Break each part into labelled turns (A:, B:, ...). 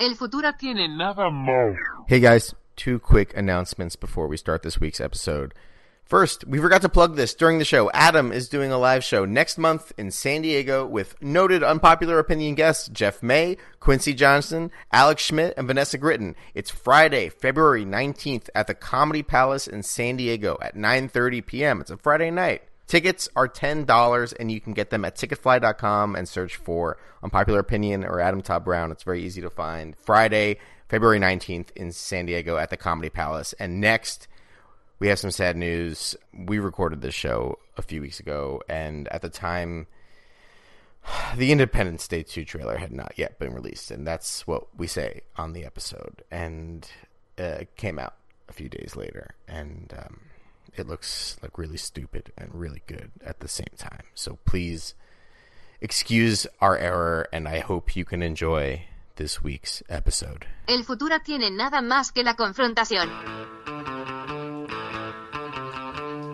A: El futuro tiene nada más.
B: Hey guys, two quick announcements before we start this week's episode. First, we forgot to plug this during the show. Adam is doing a live show next month in San Diego with noted unpopular opinion guests Jeff May, Quincy Johnson, Alex Schmidt, and Vanessa Gritton. It's Friday, February 19th at the Comedy Palace in San Diego at 9:30 p.m. It's a Friday night. Tickets are $10 and you can get them at ticketfly.com and search for Unpopular Opinion or Adam Todd Brown. It's very easy to find. Friday, February 19th in San Diego at the Comedy Palace. And next, we have some sad news. We recorded this show a few weeks ago, and at the time, the Independence Day 2 trailer had not yet been released. And that's what we say on the episode. And uh, it came out a few days later. And. Um, it looks like really stupid and really good at the same time. So please excuse our error, and I hope you can enjoy this week's episode.
A: El futuro tiene nada más que la confrontación.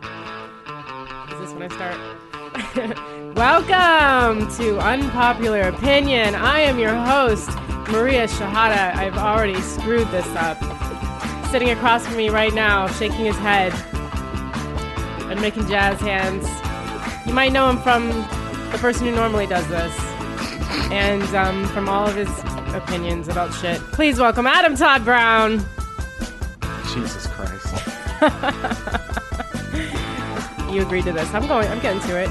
C: Is this when I start? Welcome to Unpopular Opinion. I am your host, Maria Shahada. I've already screwed this up. Sitting across from me right now, shaking his head and making jazz hands. You might know him from the person who normally does this and um, from all of his opinions about shit. Please welcome Adam Todd Brown.
D: Jesus Christ.
C: You agreed to this. I'm going. I'm getting to it.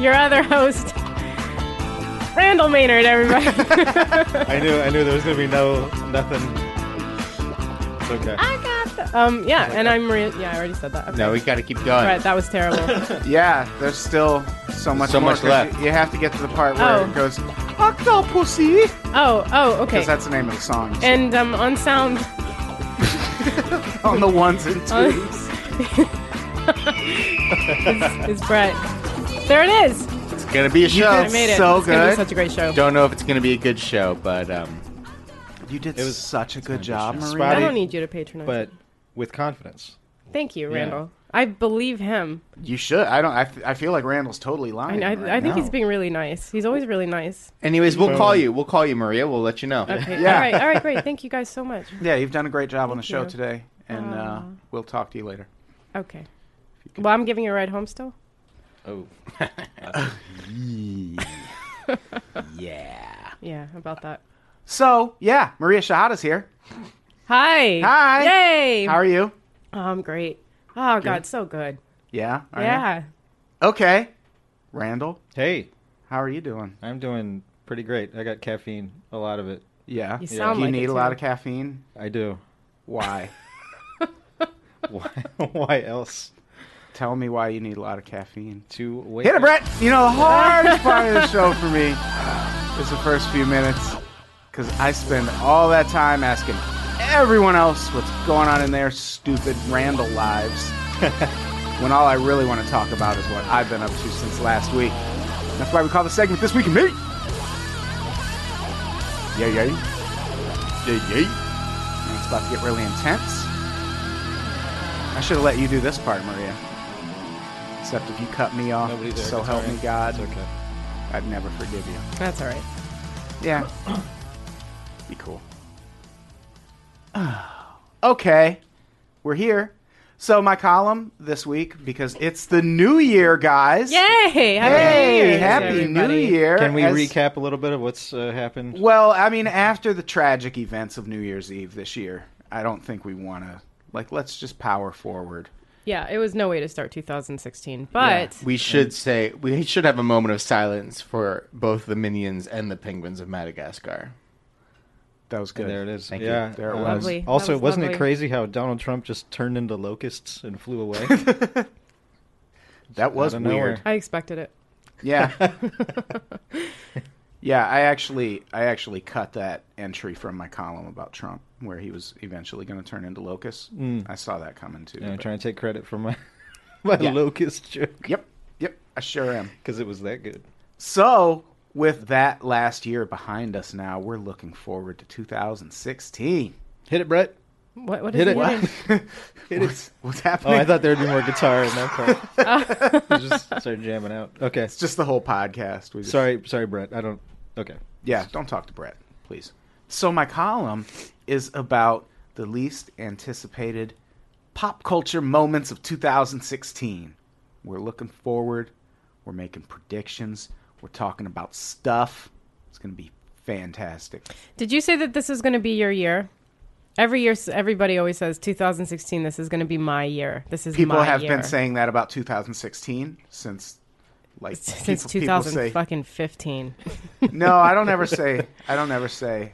C: Your other host, Randall Maynard. Everybody.
D: I knew I knew there was gonna be no nothing. It's okay.
C: Um. Yeah. And I'm. Re- yeah. I already said that. Okay.
B: No, we got to keep going.
C: All right. That was terrible.
D: Yeah, there's still so much
B: So
D: more,
B: much
D: 'cause
B: left.
D: You, you have to get to the part where
C: Oh.
D: it goes octopussy because
C: Oh. Oh. Okay.
D: that's the name of the song. So
C: And um, on sound.
D: on the ones and
C: on-
D: twos.
C: is, is Brett. There it is.
B: It's gonna be a show.
C: I made it.
D: so
C: it's gonna be
D: good.
C: such a great show.
B: Oh, Don't know if it's gonna be a good show, but um,
D: you did
E: It was-
D: such a good job,
C: I
D: Maria.
E: Spotty.
C: don't need you to patronize.
E: but
C: me.
E: with confidence.
C: thank you, Randall. I believe him.
D: You should. I don't. I, f- I feel like Randall's totally
C: I,
D: lying.
C: I,
D: right
C: I think
D: now.
C: he's being really nice. He's always really nice.
B: anyways, we'll call you. We'll call you, Maria. We'll let you know.
C: Okay.
D: Yeah.
C: All right. All right. Great. Thank you guys so much.
D: Yeah, you've done a great job on the show
C: you.
D: today, and uh, we'll talk to you later.
C: Okay. Well, I'm giving you a ride home still.
E: Oh,
C: Yeah. About that.
D: So yeah, Maria Shahada's here.
C: Hi.
D: Hi.
C: Yay.
D: How are you?
C: Oh, I'm great. Oh God, so good.
D: Yeah. Are you?
C: Yeah.
D: Okay. Randall,
E: hey,
D: how are you doing?
E: I'm doing pretty great. I got caffeine, a lot of it.
D: Yeah.
C: You sound
D: you
C: like it,
D: need a
C: too.
D: lot of caffeine.
E: I do.
D: Why?
E: Why, why else?
D: Tell me why you need a lot of caffeine.
E: To wake
D: Hit it,
E: up-
D: Brett. You know, the hardest part of the show for me is the first few minutes because I spend all that time asking everyone else what's going on in their stupid Randall lives when all I really want to talk about is what I've been up to since last week. That's why we call the segment This Week in Me. Yeah, yeah. Yeah, yeah. It's about to get really intense. I should have let you do this part, Maria. Except if you cut me off,
E: Nobody there.
D: so
E: It's
D: help
E: all right.
D: me God,
E: It's okay.
D: I'd never forgive you.
C: That's all right.
D: Yeah. Be cool. okay. We're here. So my column this week because it's the new year, guys.
C: Yay! Happy New
D: Hey,
C: Year to
D: happy new
C: everybody.
D: year.
E: Can we
D: As-
E: recap a little bit of what's uh, happened?
D: Well, I mean after the tragic events of New Year's Eve this year, I don't think we want to like let's just power forward.
C: Yeah, it was no way to start 2016, but
B: We should say we should have a moment of silence for both the minions and the penguins of Madagascar.
D: That was good.
E: There it is.
B: Thank you.
E: yeah,
D: There it
E: uh,
D: was.
C: Lovely. That
E: Also,
C: was
E: wasn't
C: lovely.
E: it crazy how Donald Trump just turned into locusts and flew away?
D: That was
E: Out
D: weird.
E: of nowhere.
C: I expected it.
D: Yeah. Yeah, I actually I actually cut that entry from my column about Trump, where he was eventually going to turn into locust.
E: Mm.
D: I saw that coming too.
E: And I'm
D: but-
E: trying to take credit for my my
D: Yeah.
E: locust joke
D: Yep, yep, I sure am.
E: because it was that good.
D: So with that last year behind us, now we're looking forward to 2016.
E: Hit it, Brett.
C: What, what is
E: Hit
C: he
E: it.
C: hitting?
D: What's, what's
E: Oh,
D: happening?
E: I thought there'd be more guitar in that part. just started jamming out. Okay,
D: it's just the whole podcast. We just,
E: sorry, sorry, Brett. I don't. Okay,
D: Yeah, don't talk to Brett, please. So my column is about the least anticipated pop culture moments of 2016. We're looking forward. We're making predictions. We're talking about stuff. It's going to be fantastic.
C: Did you say that this is going to be your year? Every year, s- everybody always says 2016. This is going to be my year. This is
D: People
C: my
D: have
C: year."
D: been saying that about 2016 since like
C: since 2000
D: people- people say,
C: fucking 15.
D: No, I don't ever say I don't ever say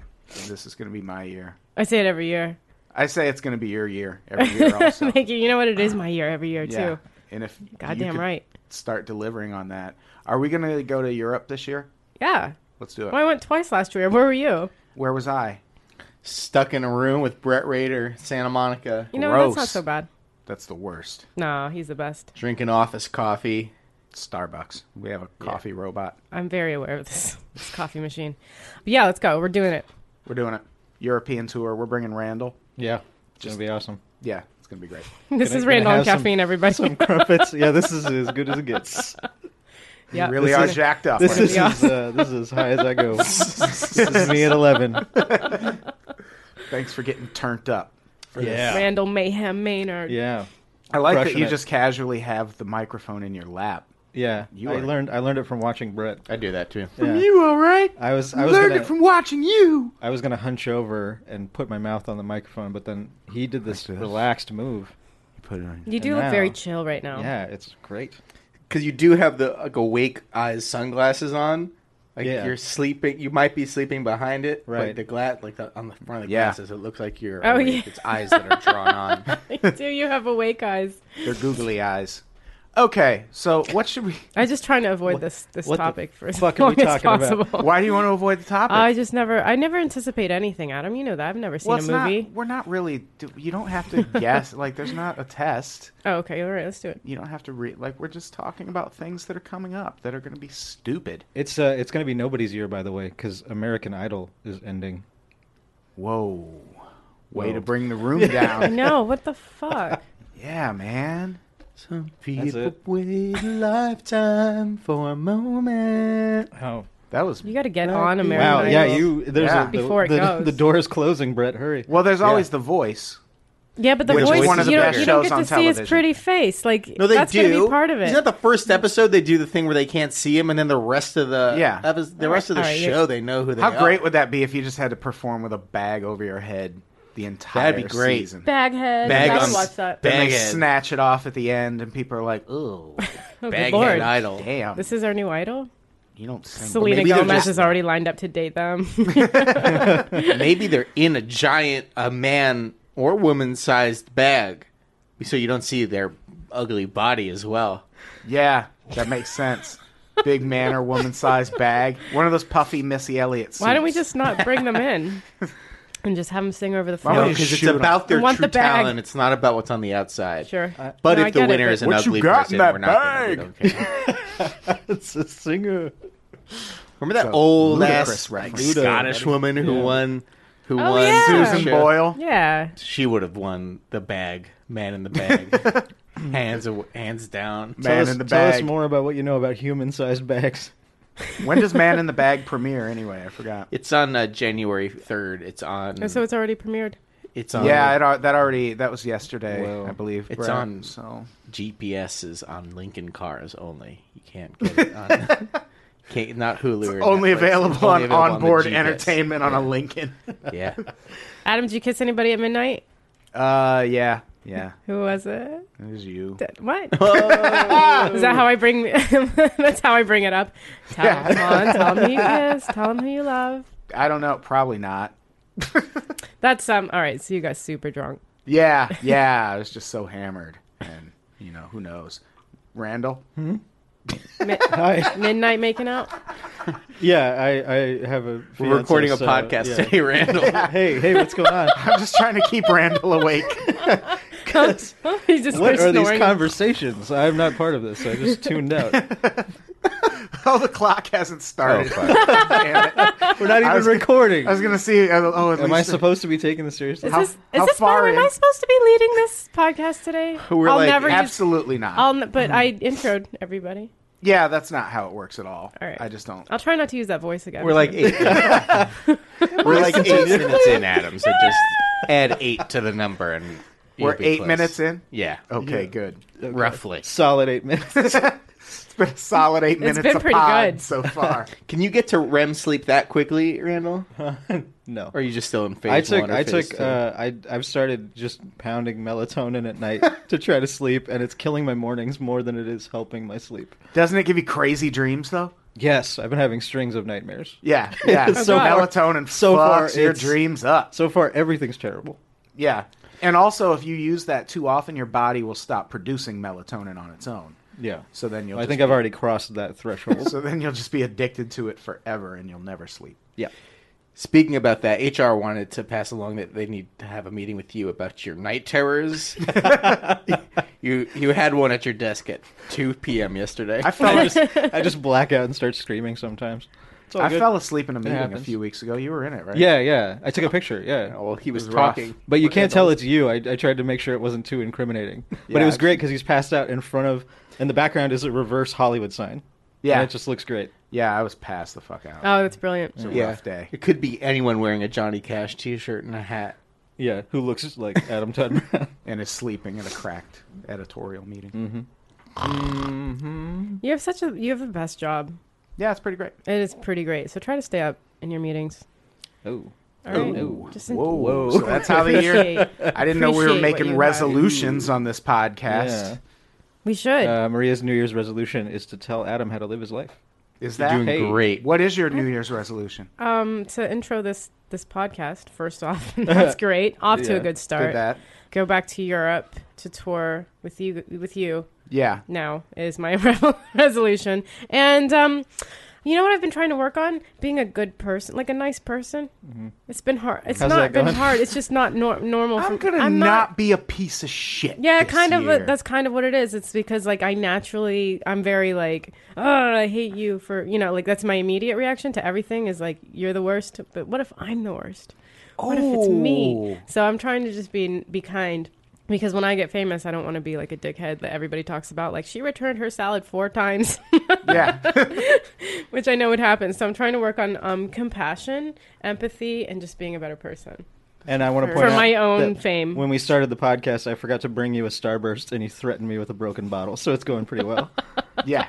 D: this is going to be my year.
C: I say it every year.
D: I say it's going to be your year every year also.
C: Thank you. You know what? It is my year every year too.
D: And if you
C: Goddamn
D: could
C: right.
D: start delivering on that. Are we going to go to Europe this year?
C: Yeah.
D: Let's do it.
C: Well, I went twice last year. Where were you?
D: Where was I?
F: Stuck in a room with Brett Rader, Santa Monica,
C: You know,
D: Gross.
C: that's not so bad.
D: That's the worst.
C: No, he's the best.
F: drinking office coffee.
D: Starbucks. We have a coffee robot.
C: I'm very aware of this, this coffee machine. But yeah, let's go. We're doing it.
D: We're doing it. European tour. We're bringing Randall.
E: yeah, it's gonna be awesome.
D: Yeah, it's going to be great.
C: This
E: Gonna-
C: is
E: gonna
C: Randall and
E: have some-
C: Caffeine, everybody.
E: Some crumpets. Yeah, this is as good as it gets.
C: yeah,
D: Really
C: this
D: are
C: is-
D: jacked up.
E: This
D: aren't
E: is
D: we?
C: awesome.
E: uh, this is as high as I go. this is me at eleven.
D: Thanks for getting turned up.
E: Yeah,
C: Randall Mayhem Maynard.
E: yeah,
D: I like that
E: Crushing
D: you
E: it.
D: just casually have the microphone in your lap.
E: yeah.
D: You
E: I
D: are-
E: learned I learned it from watching Brett.
F: I do that too.
E: Yeah.
D: You all right?
E: I was I was
D: Learned
E: gonna,
D: it from watching you.
E: I was gonna hunch over and put my mouth on the microphone, but then he did this
D: this.
E: relaxed move.
D: You put it on.
C: You do
E: And
C: look
E: now-
C: very chill right now.
E: Yeah, it's great.
F: Because you do have the like awake eyes sunglasses on. Like
E: Yeah.
F: you're sleeping, you might be sleeping behind it. Like
E: Right.
F: the glass, like the, on the front of the
D: Yeah.
F: glasses, it looks like you're.
C: Oh,
F: awake.
C: yeah.
F: It's eyes that are drawn on.
C: do you have awake eyes?
D: They're googly eyes. Okay, so what should we?
C: I'm just trying to avoid this this
E: what the
C: topic for as
E: fuck are
C: long
E: we
C: as
E: talking about?
C: possible.
D: Why do you want to avoid the topic?
C: Oh, I just never I never anticipate anything, Adam. You know that I've never seen
D: well,
C: a
D: it's
C: movie.
D: not. We're not really. do- You don't have to guess. Like, there's not a test.
C: Oh, okay. All right, let's do it.
D: You don't have to read. Like, we're just talking about things that are coming up that are going to be stupid.
E: It's uh, it's gonna be nobody's year, by the way, because American Idol is ending.
D: Whoa. Way to
E: Whoa.
D: bring the room down.
C: No, what the fuck?
D: yeah, man.
F: Some
E: it.
F: people wait a lifetime for a moment.
E: Oh
D: That was.
C: You got to get on American
E: wow!
C: Idol.
E: Yeah, you. There's
D: Yeah.
E: A, the,
C: Before it
E: the,
C: goes.
E: the door is closing. Brett, hurry.
D: Well, there's always The Voice.
C: Yeah, but the
D: Which is
C: voice
D: one of the
C: you, don't,
D: best
C: you don't
D: shows
C: get
D: on
C: to see
D: television.
C: his pretty face. Like
F: No, they
C: that's
F: do.
C: gonna be part of it.
F: Isn't that the first episode they do the thing where they can't see him, and then the rest of the
D: Yeah.
F: epi- the rest of the
C: All right,
F: show
C: you're-
F: they know who they
D: How
F: are.
D: great would that be if you just had to perform with a bag over your head the entire
F: That'd be great.
D: season?
C: Baghead.
F: Bag
C: I
F: on-
C: gotta watch that.
F: Bag-
D: then they
F: Baghead.
D: snatch it off at the end, and people are like, "Ooh,
C: oh, good
F: Baghead
C: lord.
F: Idol.
D: damn,
C: This is our new idol.
D: you don't sing."
C: Selena
F: maybe they're
C: Gomez
F: just-
C: is already lined up to date them.
F: Maybe they're in a giant, a man or woman sized bag, so you don't see their ugly body as well.
D: Yeah, that makes sense. Big man or woman sized bag. One of those puffy Missy Elliott suits.
C: Why don't we just not bring them in and just have them sing over the
D: Why don't
C: phone?
D: we
F: Because it's
D: shoot 'em.
F: about their
C: I want
F: true
C: the bag.
F: talent. It's not about what's on the outside. Uh,
C: Sure.
F: But
C: No, I
F: if the
C: get it,
F: winner
C: but-
F: is an
D: What you
F: ugly
D: got
F: person,
D: in that
F: we're
D: bag?
F: not gonna be okay.
E: it's a singer.
F: Remember
D: So,
F: that old
D: ludicrous
F: ass like,
D: reference.
F: Scottish woman who won? Who
C: Oh,
F: won?
C: yeah.
D: Susan
F: Sure.
D: Boyle.
C: Yeah.
F: She would have won the bag. Man in the bag. hands aw- hands down.
D: Man
E: tell us,
D: in the
E: Tell us
D: bag.
E: more about what you know about human-sized bags.
D: When does Man in the Bag premiere anyway? I forgot.
F: It's on uh, January third. It's on.
C: And so it's already premiered.
F: it's on.
D: yeah, it, al- that already that was yesterday,
E: Well,
D: I believe.
F: it's
D: Brett,
F: on-
D: So
F: GPS is on Lincoln cars only. You can't get it on. can't, not Hulu. or
D: only
F: Netflix.
D: available
F: It's
D: on
F: only available on the
D: onboard
F: GPS.
D: entertainment on a Lincoln.
F: Yeah,
C: Adam, did you kiss anybody at midnight?
D: Uh, yeah, yeah.
C: Who was it?
D: It was you.
C: That- What? Is that how I bring? that's how I bring it up. Tell,
D: Yeah.
C: come on, tell him who you kiss. Tell him who you love.
D: I don't know. Probably not.
C: That's um. All right. So you got super drunk.
D: Yeah, yeah. I was just so hammered, and you know who knows. Randall,
C: Mi-
E: Hi.
C: midnight making out.
E: Yeah, I, I have a.
F: We're recording a
E: fiancé, so,
F: podcast
E: yeah.
F: today, Randall.
E: Hey, hey, what's going on?
D: I'm just trying to keep Randall awake.
C: He just
E: What
C: starts
E: are these
C: snoring.
E: conversations? I'm not part of this. I just tuned out.
D: oh, the clock hasn't started. Damn it.
E: We're not even
D: was-
E: recording.
D: Oh, I was gonna see. uh, Oh, at
E: Am
D: least
E: I supposed to be taking this seriously?
C: is
D: How-
C: this, is
D: how
C: this
D: far
C: far am
D: in?
C: I supposed to be leading this podcast today?
D: We're
C: I'll
D: like,
C: never use,
D: absolutely not.
C: I'll n- but I introed everybody.
D: yeah, that's not how it works at all.
C: All right.
D: I just don't.
C: I'll try not to use that voice again.
F: We're like eight. We're like eight minutes in, Adam. So just add eight to the number, and you'll
D: We're
F: be
D: eight
F: close.
D: minutes in.
F: Yeah,
D: Okay, good.
F: roughly.
E: Solid eight minutes.
D: It's been a solid eight minutes.
C: been
D: a
C: pretty
D: pod
C: good.
D: so far.
F: Can you get to REM sleep that quickly, Randall?
E: No.
F: Or are you just still in phase
E: I took
F: one? Or
E: I
F: phase
E: took
F: two?
E: uh, I I've started just pounding melatonin at night to try to sleep, and it's killing my mornings more than it is helping my sleep.
D: Doesn't it give you crazy dreams though?
E: Yes, I've been having strings of nightmares.
D: Yeah, yeah.
E: So far-
D: melatonin
E: so far,
D: fucks your
E: it's-
D: dreams up.
E: So far, everything's terrible.
D: Yeah, and also if you use that too often, your body will stop producing melatonin on its own.
E: Yeah.
D: So then you'll.
E: I
D: just
E: think
D: be-
E: I've already crossed that threshold.
D: So then you'll just be addicted to it forever, and you'll never sleep.
E: yeah.
F: Speaking about that, HR wanted to pass along that they need to have a meeting with you about your night terrors. you you had one at your desk at two p.m. yesterday.
D: I fell.
E: I just, I just black out and start screaming sometimes. It's all
D: I
E: good.
D: fell asleep in a meeting a
E: happens.
D: few weeks ago. You were in it, right?
E: Yeah, yeah. I took a picture. Yeah.
D: Oh,
F: well, he was,
D: was rough.
F: talking.
E: But you can't tell it's you. I, I tried to make sure it wasn't too incriminating. But
D: Yeah.
E: it was great because he's passed out in front of, and the background is a reverse Hollywood sign.
D: Yeah.
E: And it just looks great.
D: Yeah, I was passed the fuck out.
C: oh, that's brilliant.
F: Yeah.
D: Rough day.
F: It could be anyone wearing a Johnny Cash T-shirt and a hat.
E: Yeah, who looks like Adam Tudman.
D: and is sleeping at a cracked editorial meeting.
C: You have such a you have the best job.
D: Yeah, it's pretty great.
C: It is pretty great. So try to stay up in your meetings.
E: oh.
C: All right.
D: Ooh.
C: Just in-
D: whoa. So that's how the year.
C: Appreciate.
D: I didn't know we were
C: Appreciate what
D: making
C: you
D: resolutions on this podcast.
E: Yeah.
C: We should.
E: Uh, Maria's New Year's resolution is to tell Adam how to live his life.
D: Is that
F: Doing
E: Hey.
F: great.
D: what is your New Year's resolution?
C: um, to intro this this podcast, first off, that's great. Off to
E: Yeah.
C: a good
D: Did
C: start.
D: that?
C: Go back to Europe to tour with you with you
D: Yeah.
C: now is my re- resolution. And um, you know what I've been trying to work on? Being a good person, like a nice person. It's been hard. It's
E: How's
C: not
E: that
C: been
E: going?
C: hard. It's just not nor- normal.
D: I'm
C: for-
D: gonna not, be a piece of shit.
C: Yeah,
D: this
C: kind of.
D: year.
C: A, that's kind of what it is. It's because like I naturally, I'm very like, oh, I hate you for you know, like that's my immediate reaction to everything is like you're the worst. But what if I'm the worst? What if it's me?
D: Oh.
C: So I'm trying to just be be kind. Because when I get famous, I don't want to be like a dickhead that everybody talks about. Like she returned her salad four times,
D: yeah.
C: which I know would happen. So I'm trying to work on um, compassion, empathy, and just being a better person.
E: And I want to
C: For
E: point out
C: my own
E: that
C: fame.
E: When we started the podcast, I forgot to bring you a Starburst, and you threatened me with a broken bottle. So it's going pretty well.
D: yeah.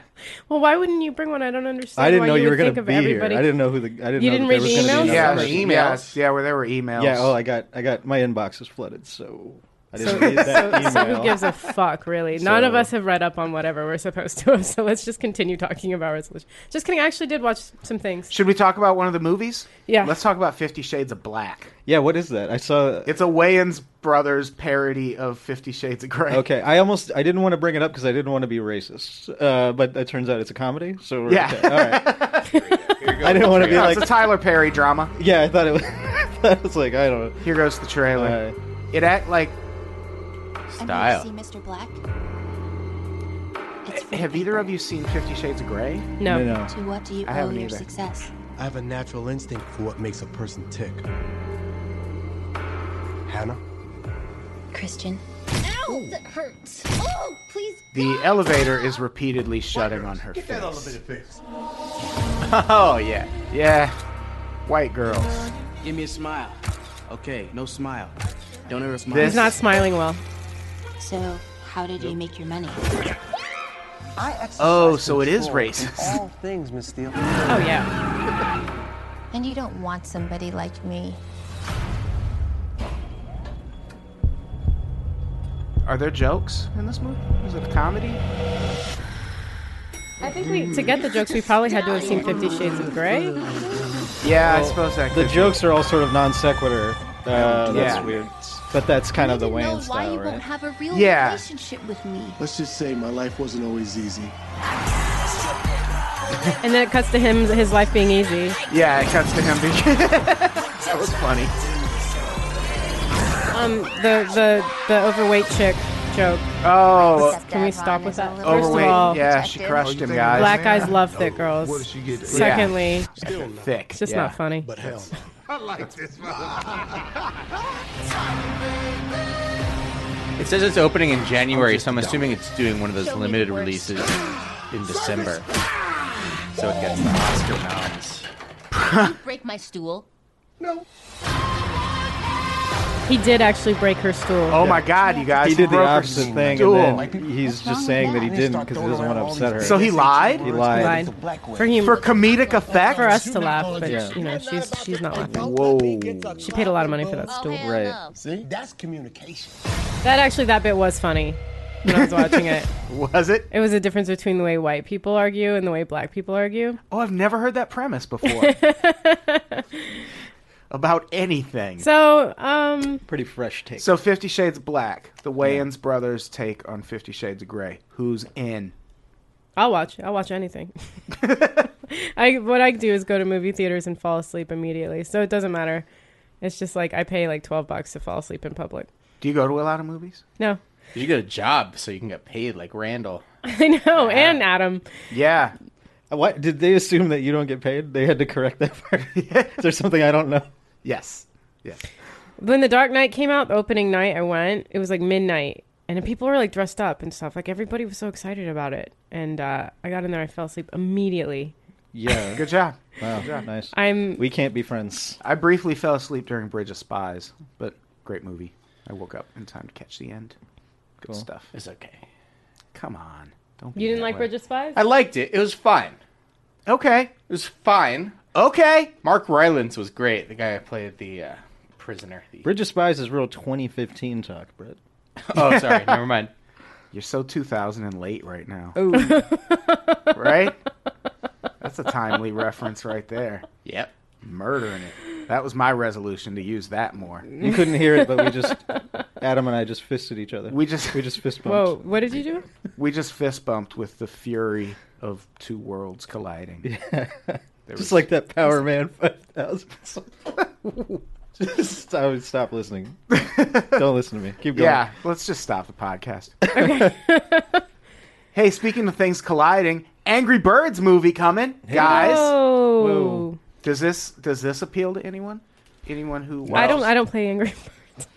C: Well, why wouldn't you bring one? I don't understand.
E: I didn't
C: why
E: know you
C: would
E: were going
C: think
E: to
C: of
E: be here. I
C: everybody-
E: didn't know who the. I didn't
C: You
E: know
C: didn't
E: that
C: read
E: there was
C: the
E: gonna
C: emails?
E: Be
D: Yeah.
E: another
F: the
D: there's
E: person.
F: emails.
D: Yes, yeah. Where there were emails.
E: Yeah. Oh, I got I got my inbox is flooded, so I didn't read
C: so,
E: that
C: so
E: email.
C: who gives a fuck, really? None of
E: So-
C: us have read up on whatever we're supposed to. So let's just continue talking about resolution. Just kidding. I actually did watch some things.
D: Should we talk about one of the movies?
C: Yeah.
D: Let's talk about Fifty Shades of Black.
E: yeah. What is that? I saw.
D: It's a Wayans brothers parody of Fifty Shades of Grey.
E: Okay, I almost I didn't want to bring it up because I didn't want to be racist, uh, but it turns out it's a comedy, so we're
D: Yeah.
E: okay. all right. I didn't want to be
D: No,
E: like,
D: it's a Tyler Perry drama.
E: yeah, I thought it was. I was like, I don't
D: Here goes the
E: know.
D: trailer.
E: Uh,
D: It act like
F: Style.
G: I'm here to see Mr. Black. It's for
D: Eh, have
G: the
D: either of
G: paper.
D: you seen Fifty Shades of Grey?
C: No.
E: no, no.
G: To what do you
D: I
G: owe
D: haven't
G: your
D: either.
G: success?
H: I have a natural instinct for what makes a person tick. Hannah?
G: Christian. Ow! That hurts. Oh, please.
D: The elevator is repeededly shutting on her face.
H: fixed.
F: Oh yeah.
D: Yeah, white girls.
I: Give me a smile. Okay, no smile. Don't ever smile.
D: This
C: He's not smiling well.
G: So, how did you make your money?
D: Oh, so it is racist.
H: All things, Miss Steele.
C: Oh yeah.
G: And you don't want somebody like me.
D: Are there jokes in this movie? Is it a comedy?
C: I think we to get the jokes, we probably had to have seen Fifty Shades of Grey.
D: Yeah, I suppose that
E: The
D: could
E: jokes are all sort of non sequitur. Uh,
D: Yeah.
E: That's weird, but that's kind of the
G: Didn't know why
E: Wayne style,
G: you won't
E: right?
G: have a real
D: Yeah.
G: relationship with me.
H: Let's just say my life wasn't always easy.
C: And then it cuts to him, his life being easy.
D: Yeah, it cuts to him. being- that was funny.
C: Um, the the the overweight chick joke.
D: Oh,
C: Can we stop with that? First
D: overweight.
C: of all,
D: yeah, Oh, she
C: Oh,
D: crushed him, guys.
C: black guys love thick girls. Secondly,
D: Thick.
C: it's just
D: yeah.
C: not funny.
F: It says it's opening in January, so I'm assuming it's doing one of those limited releases in December. So it gets the Oscar nods.
G: Break my stool.
C: He did actually break her stool.
D: Oh my god, you guys!
E: He did the
D: broke her
E: opposite thing,
D: stool.
E: and then he's just saying that he didn't because he doesn't want to upset her.
D: so he lied
E: He lied.
C: Lied. For him,
D: for
C: for,
D: comedic effect.
C: us to laugh, but
E: Yeah.
C: you know, she's she's not laughing.
D: Whoa.
C: She paid a lot of money for that
G: Oh,
C: stool.
G: hell
E: Right.
G: no.
H: That's communication.
C: That actually, that bit was funny when I was watching it.
D: Was it?
C: It was a difference between the way white people argue and the way black people argue.
D: Oh, I've never heard that premise before. About anything.
C: So, um,
E: Pretty fresh take.
D: So Fifty Shades of Black, the Wayans brothers take on Fifty Shades of Grey. Who's in?
C: I'll watch. I'll watch anything. I what I do is go to movie theaters and fall asleep immediately. So it doesn't matter. It's just like I pay like twelve bucks to fall asleep in public.
D: Do you go to a lot of movies?
C: No,
F: You get a job so you can get paid like Randall.
C: I know. And Adam,
D: Yeah.
E: What did they assume that you don't get paid? They had to correct that part. Is there something I don't know?
D: Yes. Yes.
C: when The Dark Knight came out, the opening night I went. It was like midnight, and people were like dressed up and stuff. Like everybody was so excited about it. And uh, I got in there, I fell asleep immediately.
E: Yeah.
D: Good job. Uh,
E: Wow. Oh, Nice.
C: I'm
E: We can't be friends.
D: I briefly fell asleep during Bridge of Spies, but great movie. I woke up in time to catch the end. Good stuff.
F: It's okay.
D: Come on. Don't be
C: You didn't
D: that
C: like
D: way.
C: Bridge of Spies?
F: I liked it. It was fine.
D: Okay.
F: It was fine.
D: Okay.
F: Mark Rylance was great. The guy who played the uh, prisoner. The-
E: Bridge of Spies is real 2015 talk, Britt.
F: oh, sorry. Never mind.
D: You're so 2000 and late right now. right? That's a timely reference right there.
F: Yep.
D: Murdering it. That was my resolution to use that more.
E: You couldn't hear it, but we just Adam and I just fisted each other.
D: We just
E: we just fist bumped.
C: Whoa! Oh, What did you do?
D: we just fist bumped with the fury of two worlds colliding.
E: Just like that Power Man 5000. just I would stop listening. Don't listen to me. Keep going.
D: Yeah, let's just stop the podcast. hey, speaking of things colliding, Angry Birds movie coming, guys.
C: Oh.
E: Whoa.
D: Does this does this appeal to anyone? Anyone who
C: I
D: watched-
C: don't. I don't play Angry. Birds.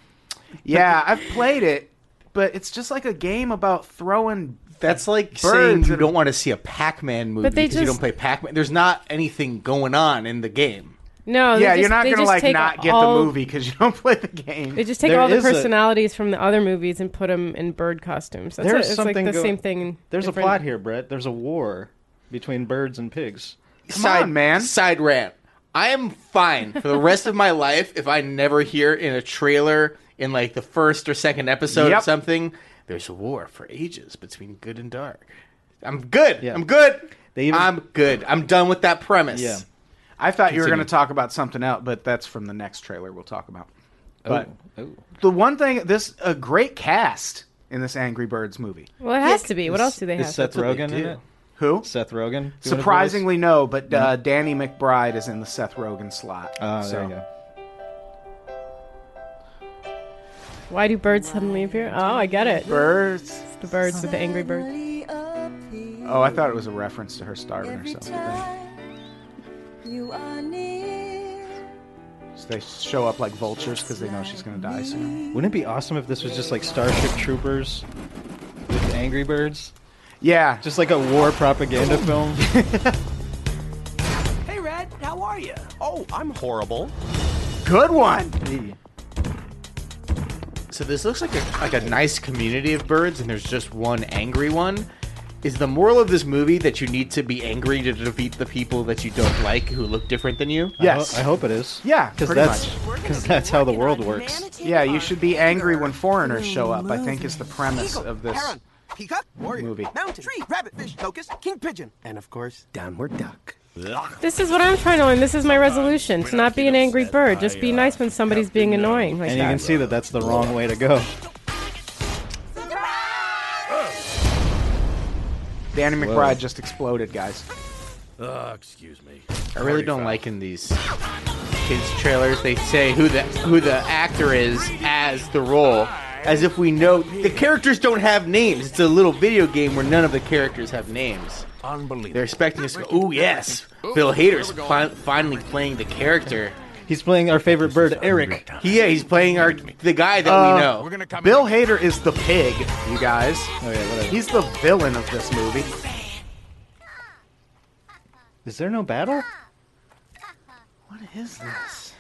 D: Yeah, I've played it, but it's just like a game about throwing.
F: That's like
D: Birds
F: saying you
D: and-
F: don't want to see a Pac-Man movie
C: But they
F: because you
C: just-
F: don't play Pac-Man. There's not anything going on in the game.
C: No, they
D: yeah,
C: just-
D: you're not
C: they
D: gonna
C: just
D: like
C: take
D: not get
C: all-
D: the movie because you don't play the game.
C: They just take
E: There
C: all the
E: is a-
C: personalities from the other movies and put them in bird costumes. That's
E: There's
C: it. It's
E: something
C: like the
E: go-
C: same thing.
E: There's
C: different-
E: a plot here, Brett. There's a war between birds and pigs.
D: Come
F: side
D: on, man.
F: Side rant. I am fine for the rest of my life if I never hear in a trailer in like the first or second episode or
D: Yep.
F: something. There's a war for ages between good and dark. I'm good.
E: Yeah.
F: I'm good.
E: They even-
F: I'm good. I'm done with that premise.
E: Yeah.
D: I thought you were
F: Continue.
D: going to talk about something else, but that's from the next trailer we'll talk about. But
E: Oh, oh.
D: the one thing, this a great cast in this Angry Birds movie.
C: Well, it has to be. What else do they
E: Is
C: have?
E: Seth
F: what they
E: Rogen in
F: do.
E: it?
D: Who?
E: Seth Rogen. doing a
D: Surprisingly, no. But uh, Danny McBride is in the Seth Rogen slot.
E: voice? Oh,
D: so.
E: there you go.
C: Why do birds suddenly appear? Oh, I get it.
D: Birds.
C: It's the birds with the angry bird.
D: Oh, I thought it was a reference to her starving herself. So they show up like vultures because they know she's going to die soon.
E: Wouldn't it be awesome if this was just like Starship Troopers with Angry Birds?
D: Yeah.
E: Just like a war propaganda film?
H: Hey, Red, how are you? Oh, I'm horrible.
D: Good one.
F: So this looks like a like a nice community of birds, and there's just one angry one. Is the moral of this movie that you need to be angry to defeat the people that you don't like who look different than you?
D: Yes.
E: I, ho- I hope it is.
D: Yeah,
E: because
D: pretty
E: that's
D: much.
E: because that's how the world works.
D: Yeah, you should be angry when foreigners show up. I think is the premise of this.
H: Heron, peacock, warrior,
D: Movie.
H: mountain, tree, rabbit, fish, locust, king pigeon. And of course, downward duck.
C: This is what I'm trying to learn. This is my resolution: to not be an angry bird. Just be nice when somebody's being annoying like
E: And you can
C: that.
E: see that that's the wrong way to go.
D: Danny McBride just exploded, guys.
J: Ugh, Ah, excuse me.
F: I really don't like in these kids trailers. They say who the who the actor is as the role, as if we know the characters don't have names. It's a little video game where none of the characters have names.
J: Unbelievable.
F: They're expecting us. to go, Oh yes, Phil Hader's fi- finally playing the character.
E: He's playing our favorite bird, Eric.
F: Yeah, he's playing our the guy that
D: Uh,
F: we know.
D: Bill Hader is the pig, you guys.
E: Oh yeah, whatever.
D: He's the villain of this movie.
E: Is there no battle?
D: What is this?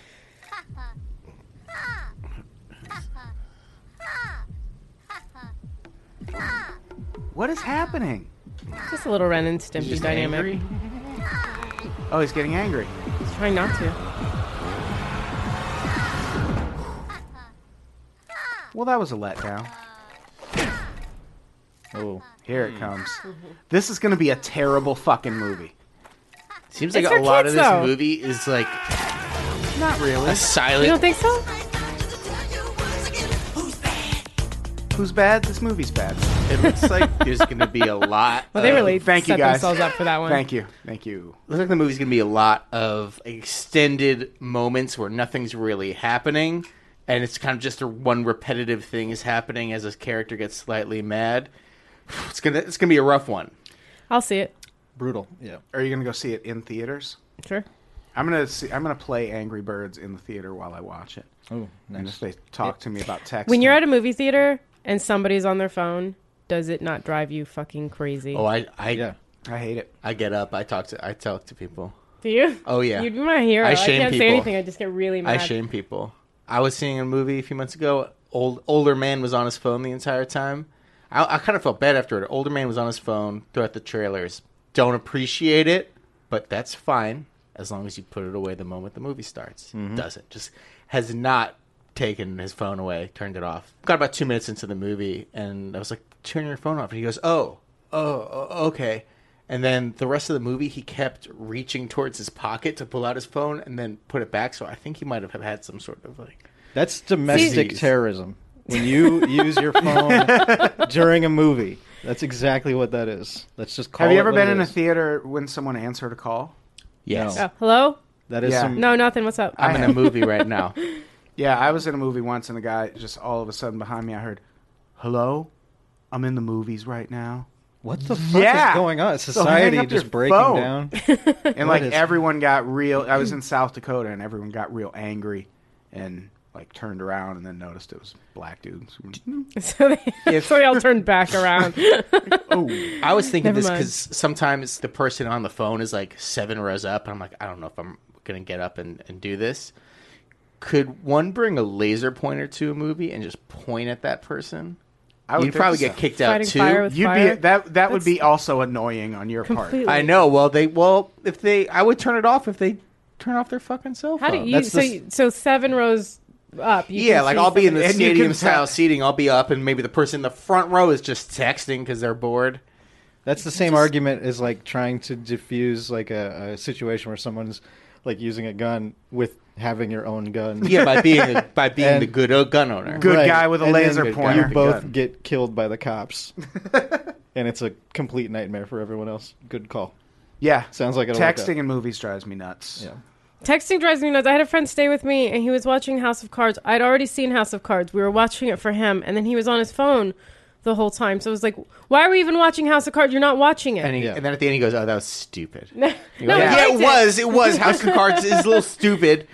D: What is happening?
C: Just a little Ren and Stimpy dynamic.
D: Oh, he's getting angry.
C: He's trying not to.
D: Well, that was a letdown.
E: Oh,
D: here it comes. This is going to be a terrible fucking movie.
F: Seems
C: like It's a for lot of kids, this though.
F: movie is like
D: not really
F: a silent.
C: You don't think so?
D: Who's bad? This movie's bad.
F: It looks like there's going to be a lot.
C: Well, they
F: of-
C: really
D: Thank
C: set
D: you guys.
C: themselves up for that one.
D: Thank you. Thank you.
F: Looks like the movie's gonna be a lot of extended moments where nothing's really happening, and it's kind of just a one repetitive thing is happening as a character gets slightly mad. It's gonna it's gonna be a rough one.
C: I'll see it.
E: brutal. Yeah.
D: Are you going to go see it in theaters?
C: Sure.
D: I'm gonna see, I'm gonna play Angry Birds in the theater while I watch it,
E: Oh,
D: and if
E: nice.
D: they talk to me about text,
C: When you're at a movie theater and somebody's on their phone, does it not drive you fucking crazy?
F: Oh, I I
E: Yeah.
D: I hate it.
F: I get up. I talk to I talk to people.
C: Do you?
F: Oh, yeah.
C: You'd be my hero.
F: I
C: I,
F: shame
C: can't say
F: people.
C: anything. I just get really mad.
F: I shame people. I was seeing a movie a few months ago. Old older man was on his phone the entire time. I, I kind of felt bad after it. Older man was on his phone throughout the trailers. Don't appreciate it, but that's fine as long as you put it away the moment the movie starts. Doesn't just has not taken his phone away, turned it off. Got about two minutes into the movie, and I was like, "Turn your phone off." And he goes, "Oh, oh, oh okay." And then the rest of the movie, he kept reaching towards his pocket to pull out his phone and then put it back. So I think he might have had some sort of like
E: That's domestic
F: Disease.
E: terrorism. When you use your phone during a movie, that's exactly what that is. Let's just call.
D: Have you
E: it
D: ever
E: what
D: been
E: it
D: in a
E: is.
D: theater when someone answered a call?
F: yes.
E: No.
C: Oh, hello?
E: That is
D: Yeah.
E: some.
C: No, nothing. What's up?
F: I'm in a movie right now.
D: Yeah, I was in a movie once, and a guy just all of a sudden behind me, I heard, "Hello, I'm in the movies right now,"
E: What the fuck
D: Yeah.
E: is going on? Is
D: So hang
E: society
D: up your
E: just breaking
D: phone.
E: down?
D: and like
E: is-
D: everyone got real. I was in South Dakota, and everyone got real angry, and like turned around and then noticed it was a black dudes.
C: so, they, so they all turned back around.
F: I was thinking
C: Never
F: this
C: mind.
F: because sometimes the person on the phone is like seven rows up. And I'm like, I don't know if I'm going to get up and, and do this. Could one bring a laser pointer to a movie and just point at that person?
D: I would
F: You'd
D: think
F: probably
D: so.
F: get kicked out
C: Fighting
F: too.
C: fire with
D: You'd
C: fire.
D: be that. That would
C: That's
D: be also annoying on your part.
C: completely-
F: I know. Well, they well if they I would turn it off if they turn off their fucking cell phone.
C: How do you
E: That's
C: so
E: the s-
C: you, so seven rows up? You
F: yeah,
C: can
F: like
C: see
F: I'll be in the
C: somebody-
D: And you can
F: stadium style
D: tell-
F: seating. I'll be up, and maybe the person in the front row is just texting because they're bored.
E: That's the same argument as like trying to diffuse like a, a situation where someone's like using a gun with having your own gun.
F: Yeah, by being a, by being
E: And-
F: the good o- gun owner.
D: Good guy with a
E: and then
D: laser
E: you
D: pointer.
E: You both
D: Gun.
E: get killed by the cops, and it's a complete nightmare for everyone else. Good call.
D: Yeah,
E: Sounds like it'll work out.
D: texting in movies drives me nuts.
E: Yeah.
C: Texting drives me nuts. I had a friend stay with me, and he was watching House of Cards. I'd already seen House of Cards. We were watching it for him, and then he was on his phone the whole time. So it was like, why are we even watching House of Cards? You're not watching it.
F: And, he,
E: Yeah.
F: and then at the end he goes, "Oh, that was stupid." You
C: no,
F: go,
C: he
F: yeah, it
C: liked it.
F: was. It was. House of Cards is a little stupid,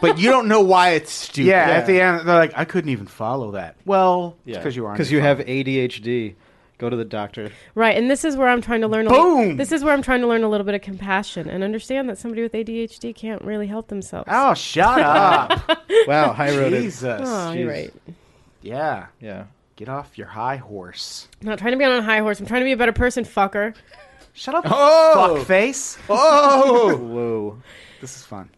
F: but you don't know why it's stupid.
D: Yeah, at the end they're like, I couldn't even follow that. Well, because you aren't.
E: because you have ADHD. Go to the doctor.
C: Right, and this is where I'm trying to learn. A
D: Boom!
C: Li- this is where I'm trying to learn a little bit of compassion and understand that somebody with ADHD can't really help themselves.
D: Oh, shut up!
E: Wow, high road.
D: Jesus.
C: Oh, you're
E: jeez.
C: right.
D: Yeah,
E: Yeah.
D: get off your high horse.
C: I'm not trying to be on a high horse. I'm trying to be a better person, fucker.
D: Shut up,
F: Oh!
D: fuck face.
F: Oh,
E: Whoa.
D: This is fun.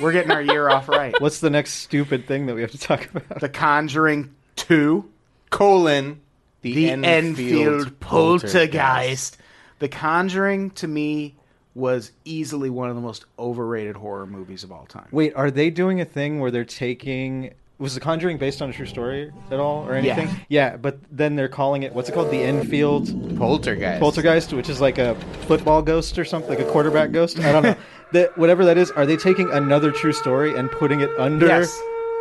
D: We're getting our year off right.
E: What's the next stupid thing that we have to talk about?
D: The Conjuring Two,
F: colon the,
D: The
F: Enfield,
D: Enfield
F: poltergeist.
D: Poltergeist. The Conjuring to me was easily one of the most overrated horror movies of all time.
E: Wait, are they doing a thing where they're taking was The Conjuring based on a true story at all or
F: Yeah.
E: anything? Yeah. but then they're calling it what's it called? The Enfield
F: Poltergeist.
E: Poltergeist, which is like a football ghost or something, like a quarterback ghost. I don't know. that whatever that is, are they taking another true story and putting it under
D: Yes.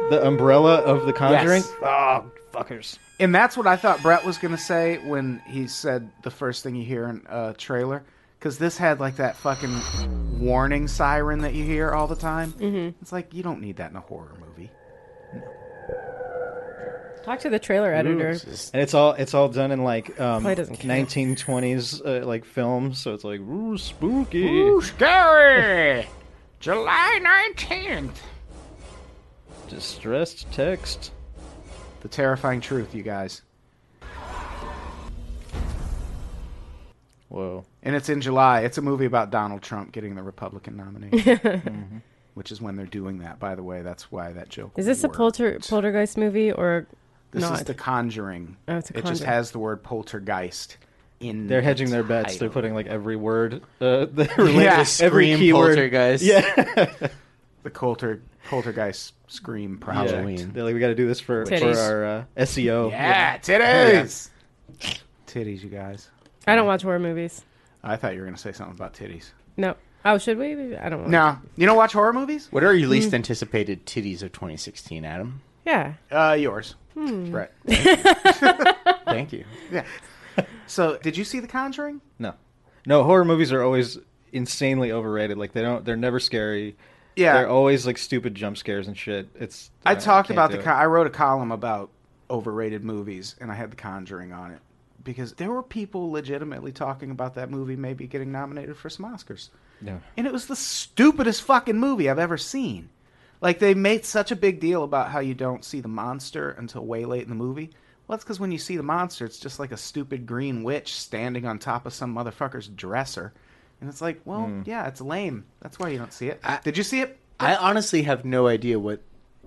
E: the umbrella of The Conjuring?
D: Yes. Oh,
E: Ah, fuckers.
D: And that's what I thought Brett was going to say when he said the first thing you hear in a trailer. Because this had like that fucking warning siren that you hear all the time. Mm-hmm. It's like, you don't need that in a horror movie.
C: Talk to the trailer editor.
E: And it's all it's all done in like um,
C: Probably doesn't care.
E: 1920s uh, like film, so it's like ooh spooky.
D: scary! July 19th!
E: Distressed text.
D: The terrifying truth, you guys.
E: Whoa.
D: And it's in July. It's a movie about Donald Trump getting the Republican nomination, Mhm. which is when they're doing that, by the way. That's why that joke
C: Is this a
D: worked.
C: polter, poltergeist movie or
D: This
C: not?
D: is The Conjuring.
C: Oh, it's a
D: It just
C: Conjuring.
D: has the word poltergeist in
E: They're
D: the
E: hedging their bets. They're
D: title.
E: putting like every word, uh, the
D: Yeah.
E: related, every
F: Scream
E: keyword.
F: poltergeist.
E: Yeah.
D: the Coulter, poltergeist scream project.
E: yeah. They're like, we got to do this for, for
C: Titties.
E: our uh, SEO.
D: Yeah, titties. Titties, you guys.
C: I don't watch horror movies.
D: I thought you were going to say something about titties.
C: No. Oh, should we? I don't. want
D: No, you don't watch horror movies?
F: What are your least
D: Mm.
F: anticipated titties of 2016, Adam?
C: Yeah.
D: Uh, yours,
E: Hmm.
D: Brett.
F: Thank you.
D: Yeah. So, did you see The Conjuring?
E: No. No, horror movies are always insanely overrated. Like they don't, they're never scary.
D: Yeah.
E: They're always like stupid jump scares and shit. It's.
D: I talked
E: can't
D: about
E: do
D: the.
E: it.
D: Con- I wrote a column about overrated movies, and I had The Conjuring on it because there were people legitimately talking about that movie maybe getting nominated for some Oscars.
E: Yeah.
D: And it was the stupidest fucking movie I've ever seen. Like they made such a big deal about how you don't see the monster until way late in the movie. Well, that's because when you see the monster, it's just like a stupid green witch standing on top of some motherfucker's dresser, and it's like, well,
E: Hmm.
D: yeah, it's lame. That's why you don't see it. Did you see it?
F: I honestly have no idea what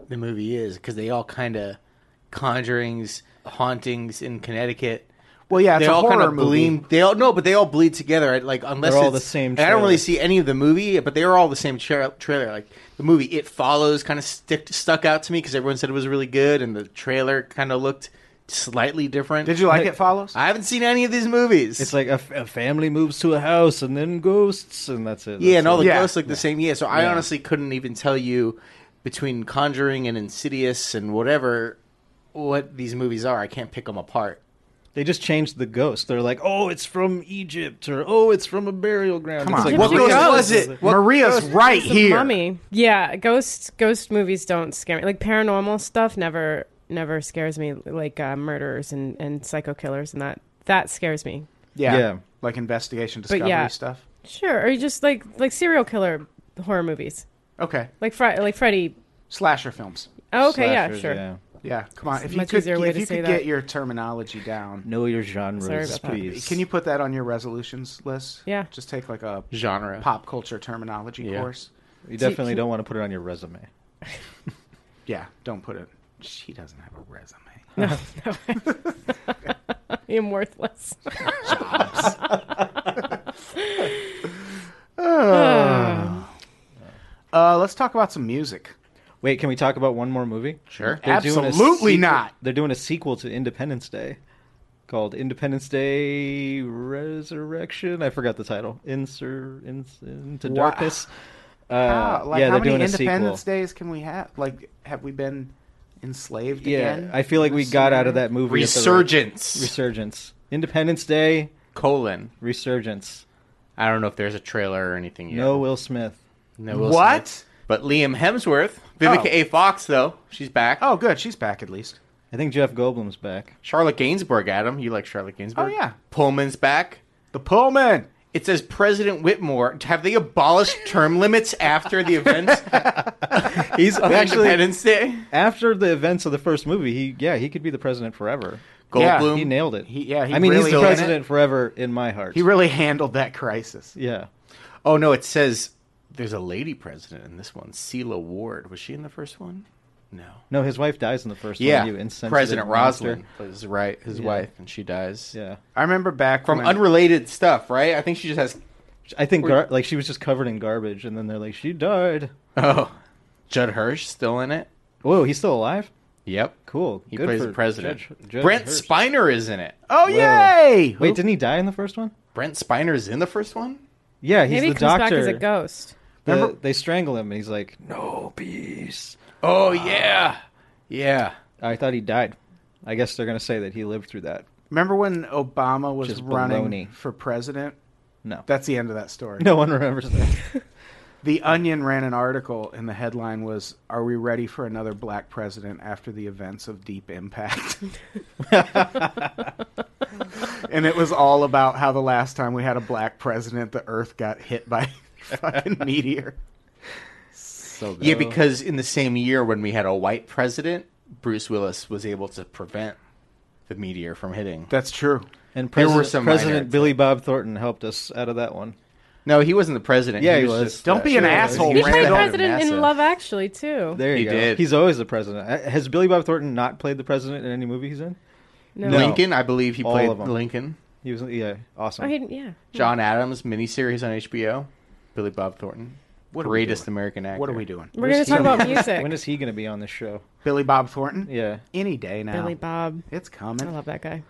F: the movie is because they all kind of conjurings, hauntings in Connecticut.
D: Well, yeah, it's
F: they
D: a
F: all
D: horror
F: kind of
D: movie.
F: bleed. They all no, but they all bleed together. I- Like unless
E: They're all
F: it's-
E: the same
F: and I don't really
E: trailer.
F: see any of the movie, but they were all the same tra- trailer. Like the movie It Follows kind of stick- stuck out to me because everyone said it was really good, and the trailer kind of looked slightly different.
D: Did you like It Follows?
F: I haven't seen any of these movies.
E: It's like a, f- a family moves to a house and then ghosts and that's it.
F: Yeah,
E: That's
F: and all
E: it.
F: the
D: Yeah.
F: ghosts look the same. Yeah, so I honestly couldn't even tell you between Conjuring and Insidious and whatever what these movies are. I can't pick them apart.
E: They just changed the ghost. They're like, oh, it's from Egypt or oh, it's from a burial ground.
D: Come
E: It's
D: on.
E: like,
D: What
E: really?
C: ghost
F: was it? What
D: Maria's right
C: It's a
D: here.
C: Mummy. Yeah, ghost ghost movies don't scare me. Like paranormal stuff never never scares me. Like uh, murderers and and psycho killers and that that scares me.
D: Yeah.
E: Yeah.
D: Like investigation discovery
C: yeah.
D: stuff.
C: Sure, or you just like like serial killer horror movies.
D: Okay.
C: Like Fre- like Freddy.
D: Slasher films.
C: Oh, okay,
E: Slashers,
C: yeah, sure.
E: yeah.
D: Yeah. Come on.
C: It's
D: If
C: a
D: you
C: much
D: could,
C: easier way
D: if
C: to
D: you
C: say
D: could
C: that.
D: get your terminology down.
E: Know your genres,
C: Sorry about that.
E: please.
D: Can you put that on your resolutions list?
C: Yeah.
D: Just take like a
F: Genre.
D: pop culture terminology course.
E: You definitely don't want to put it on your resume.
D: Yeah. Don't put it. She doesn't have a resume.
C: I am worthless. Ah.
D: Uh, let's talk about some music.
E: Wait, can we talk about one more movie?
F: Sure.
E: doing a
D: Absolutely
E: sequel-
D: not.
E: They're doing a sequel to Independence Day called Independence Day Resurrection. I forgot the title. Insur ins, into
D: Wow.
E: darkness. Uh,
D: Wow, like
E: yeah,
D: how
E: they're
D: many
E: doing a sequel.
D: Independence Days can we have? Like, have we been enslaved
E: yeah,
D: again?
E: I feel like we got out of that movie. at the right-
F: Resurgence.
E: Resurgence. Independence Day.
F: colon.
E: Resurgence.
F: I don't know if there's a trailer or anything yet.
E: No Will Smith.
F: no Will
D: What?
F: Smith. But Liam Hemsworth, Vivica
D: Oh.
F: A. Fox, though she's back.
D: Oh, good. She's back at least.
E: I think Jeff Goldblum's back.
F: Charlotte Gainsbourg, Adam, you like Charlotte Gainsbourg?
D: Oh, yeah.
F: Pullman's back.
D: The Pullman.
F: It says President Whitmore. Have they abolished term limits after the events
E: He's
F: of
E: actually
F: Independence Day?
E: after the events of the first movie. He yeah, he could be the president forever.
D: Yeah.
F: Goldblum.
E: He nailed it.
D: He- yeah, he
E: I mean
D: really
E: he's the
D: did it.
E: president forever in my heart.
D: He really handled that crisis.
E: yeah.
F: Oh no, it says there's a lady president in this one, Celia Ward. Was she in the first one? No.
E: No, his wife dies in the first
F: Yeah,
E: one. You insensitive
F: President
E: monster.
F: Roslin plays right his wife, and she dies.
E: Yeah,
D: I remember back
F: From
D: when-
F: unrelated stuff, right? I think she just has.
E: I think gar- like she was just covered in garbage, and then they're like, she died.
F: Oh, Judd Hirsch still in it.
E: Whoa, he's still alive?
F: Yep.
E: Cool.
F: He
E: Good
F: plays
E: for
F: the president.
E: Judge- Judge
F: Brent
E: Hirsch.
F: Spiner is in it.
D: Oh, yay!
E: Wait, didn't he die in the first one?
F: Brent Spiner is in the first one.
E: Yeah, he's
C: Maybe he
E: the
C: comes
E: doctor.
C: back as a ghost.
E: The-
F: Uh-huh.
D: Remember-
E: they strangle him, and he's like, "No peace."
F: Oh yeah, yeah.
E: I thought he died. I guess they're gonna say that he lived through that.
D: Remember when Obama was
E: Just
D: running
E: baloney.
D: for president?
E: No,
D: That's the end of that story.
E: no one remembers that.
D: The Onion ran an article, and the headline was Are we ready for another black president after the events of Deep Impact? and it was all about how the last time we had a black president, the earth got hit by a fucking meteor. So good.
F: Yeah, because in the same year when we had a white president, Bruce Willis was able to prevent the meteor from hitting.
D: That's true.
E: And
F: There were
E: President,
F: some minor-
E: President Billy Bob Thornton helped us out of that one.
F: No, he wasn't the president.
E: Yeah, he was.
F: just-
D: Don't be an
E: Sure.
D: asshole,
C: He
F: He's
C: played
F: the head
D: Randall.
F: of
C: president in
F: NASA.
C: Love Actually too.
E: There you
F: He
E: go.
F: did.
E: He's always the president. Uh, Has Billy Bob Thornton not played the president in any movie he's in?
C: No.
E: No.
F: Lincoln, I believe he
E: All
F: played
E: of 'em.
F: Lincoln.
G: Hmm.
E: He was yeah, awesome.
C: Oh, he, yeah.
F: John Adams miniseries on HBO. Billy Bob Thornton,
D: What are we
F: greatest
D: doing?
F: American actor.
D: What are we doing?
C: We're going to talk about music.
E: when is he going to be on this show?
D: Billy Bob Thornton?
E: Yeah.
D: Any day now.
C: Billy Bob.
D: It's
C: I
D: coming.
C: love that guy.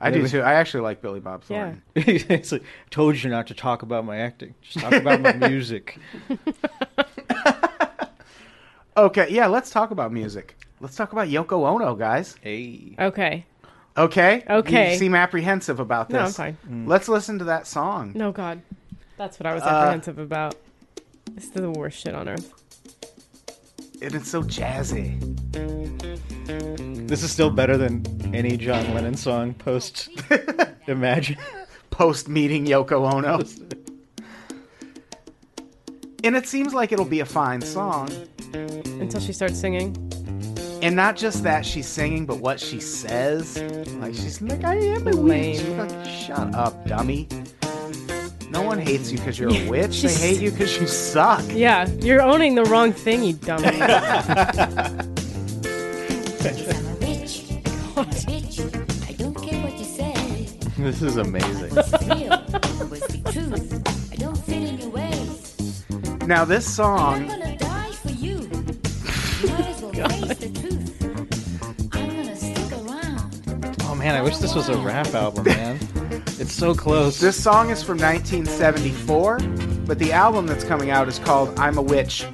D: I do too. I actually like Billy Bob Thornton.
E: it's like, told you not to talk about my acting. Just talk about my music.
D: Okay, yeah, let's talk about music. Let's talk about Yoko Ono, guys.
E: Hey.
C: Okay.
D: Okay?
C: Okay.
D: You seem apprehensive about this.
C: No, I'm fine.
D: Let's listen to that song.
C: No, God. That's what I was apprehensive about. This is the worst shit on earth.
D: And it's so jazzy.
E: This is still better than any John Lennon song post Imagine.
D: Post meeting Yoko Ono. and it seems like it'll be a fine song.
C: Until she starts singing.
D: And not just that she's singing, but what she says. Like she's like, I am a witch.
C: Lame.
D: Like, Shut up, dummy. No one hates you because you're a witch. They
C: she's-
D: hate you because you suck.
C: Yeah, you're owning the wrong thing, you dummy.
G: Cause I'm a bitch. I'm a bitch. I don't care what you say.
F: This is amazing.
G: It's real. It was the truth. I don't fit in your ways.
D: Now this
G: I'm
D: song,
G: gonna die for you. You might as well face the truth. I'm gonna stick around.
E: Oh man, I wish this was a rap album, man. It's so close.
D: this song is from 1974, but the album that's coming out is called I'm a Witch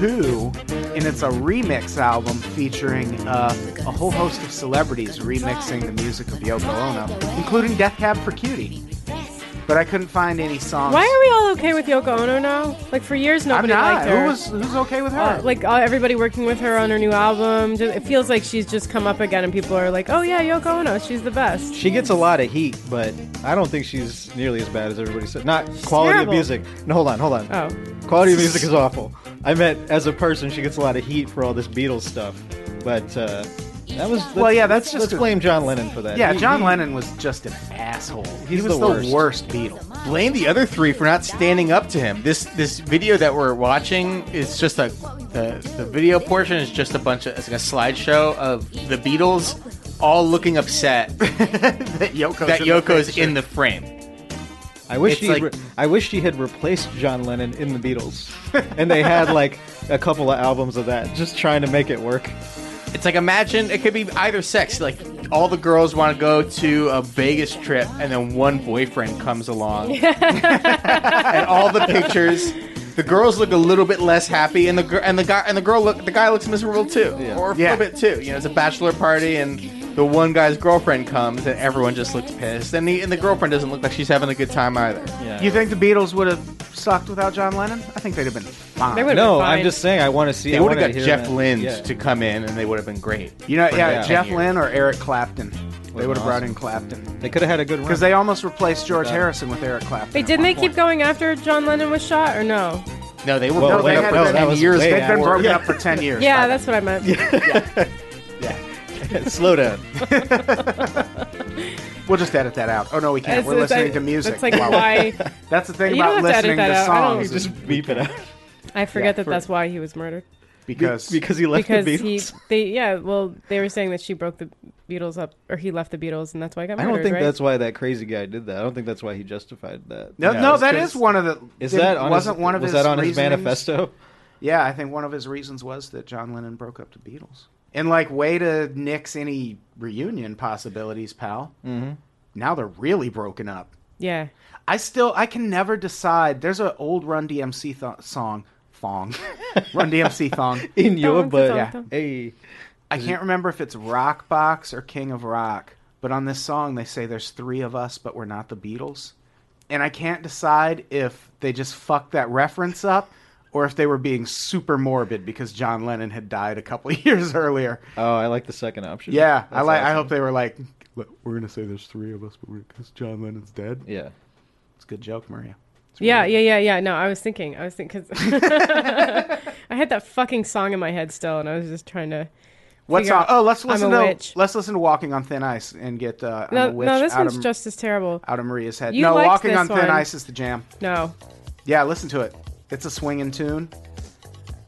D: 2, and it's a remix album featuring uh, a whole host of celebrities remixing the music of Yoko Ono, including Death Cab for Cutie.
G: Rest.
D: But I couldn't find any songs.
C: Why are we all okay with Yoko Ono now? Like for years,
D: I'm
C: nobody
D: not.
C: liked her.
D: Who was who's okay with her?
C: Uh, like all, everybody working with her on her new album. Just, it feels like she's just come up again, and people are like, "Oh yeah, Yoko Ono, she's the best."
E: she gets a lot of heat, but I don't think she's nearly as bad as everybody said. Not quality
C: terrible.
E: of music. No, hold on, hold on.
C: Oh,
E: Quality of music is awful. I meant as a person, she gets a lot of heat for all this Beatles stuff, but uh, that was
D: Well, yeah, that's just
E: let's
D: a-
E: blame John Lennon for that.
D: yeah,
E: He-
D: John
E: he-
D: Lennon was just an asshole. He
E: He's
D: was the,
E: the
D: worst.
E: worst.
D: Beatle.
F: Blame the other three for not standing up to him. This this video that we're watching is just a the, the video portion is just a bunch of it's like a slideshow of the Beatles all looking upset
D: That Yoko's,
F: that
D: in the
F: Yoko's
D: picture.
F: in the frame.
E: I wish
F: It's
E: he
F: like-
E: re- I wish he had replaced John Lennon in the Beatles, and they had like a couple of albums of that, just trying to make it work.
F: It's like imagine it could be either sex. Like all the girls want to go to a Vegas trip and then one boyfriend comes along. and all the pictures the girls look a little bit less happy and the gir- and the guy and the girl look the guy looks miserable too. Or a
D: Yeah.
F: little bit too. You know, it's a bachelor party and the one guy's girlfriend comes and everyone just looks pissed. And the and the girlfriend doesn't look like she's having a good time either.
E: Yeah.
D: You think the Beatles would have sucked without John Lennon? I think they'd have been fine.
C: They would've
E: no,
C: been fine.
E: I'm just saying I want to see.
F: They
E: I
F: would have
E: wanna
F: got
E: hear
F: Jeff
E: that.
F: Lynne
E: Yeah.
F: to come in and they would have been great.
D: You know, yeah,
F: Yeah.
D: Jeff
F: Ten
D: Lynne or Eric Clapton. They
E: Would've
D: would have
E: been
D: brought
E: awesome.
D: in Clapton
E: They could have had a good run.
D: because they almost replaced George Harrison with Eric Clapton.
C: wait,
D: at
C: didn't
D: one
C: they keep
D: point.
C: going after John Lennon was shot, or no?
F: No, they were
E: Well,
F: broken
D: they
F: up
D: had
F: for
D: been-
F: 10
E: that was
F: years.
E: way
F: They-
D: They've been
E: Yeah.
D: broken up for ten years.
C: Yeah,
D: by
C: that's what I meant.
E: Slow down.
D: then. we'll just edit that out. Oh no, we can't.
C: It's-
D: We're
C: it's
D: listening
C: like-
D: to music.
C: That's like
D: while-
C: why
D: That's the thing
C: You don't
D: about
C: have to edit
D: listening
C: that
D: to
C: out. I don't-
D: songs is
E: just beep it out
C: I forget that
E: for-
C: that's why he was murdered.
D: because
E: because he left
C: because
E: the
C: he,
E: Beatles.
C: they, yeah, well, they were saying that she broke the Beatles up, or he left the Beatles, and that's why I got
E: I
C: murdered.
E: don't think
C: right?
E: that's why that crazy guy did that. I don't think that's why he justified that.
D: no, no,
E: it's
D: that
E: 'cause-
D: is one of the.
E: Is
D: didn't-
E: that on
D: wasn't
E: his,
D: one of
E: was
D: his
E: that on
D: reasonings?
E: his manifesto?
D: Yeah, I think one of his reasons was that John Lennon broke up the Beatles. And like, way to nix any reunion possibilities, pal. Mm-hmm. Now they're really broken up.
C: Yeah.
D: I still I can never decide. There's an old Run DMC th- song thong, Run DMC thong.
E: in your
C: Don't,
E: butt.
C: don't,
E: Yeah.
C: don't.
E: Hey,
D: I can't remember if it's Rock Box or King of Rock, but on this song they say there's three of us, but we're not the Beatles. And I can't decide if they just fucked that reference up or if they were being super morbid because John Lennon had died a couple of years earlier.
E: oh, I like the second option.
D: Yeah, I
E: That's
D: like. I
E: awesome.
D: hope they were like, "Look, we're gonna say there's three of us, but because John Lennon's dead.
E: Yeah.
D: It's a good joke, Maria.
C: Yeah, yeah, yeah, yeah. No, I was thinking. I was thinking because I had that fucking song in my head still, and I was just trying to.
D: What
C: Figure
D: song?
C: out
D: Oh, let's
C: I'm
D: listen
C: a
D: to
C: witch.
D: let's listen to "Walking on Thin Ice" and get uh, I'm
C: No,
D: a witch
C: no, this
D: out,
C: one's
D: of,
C: just as terrible.
D: out of Maria's head.
C: You
D: no,
C: liked
D: "Walking
C: this
D: on Thin
C: one.
D: Ice" is the jam.
C: No,
D: Yeah, listen to it. It's a swinging tune.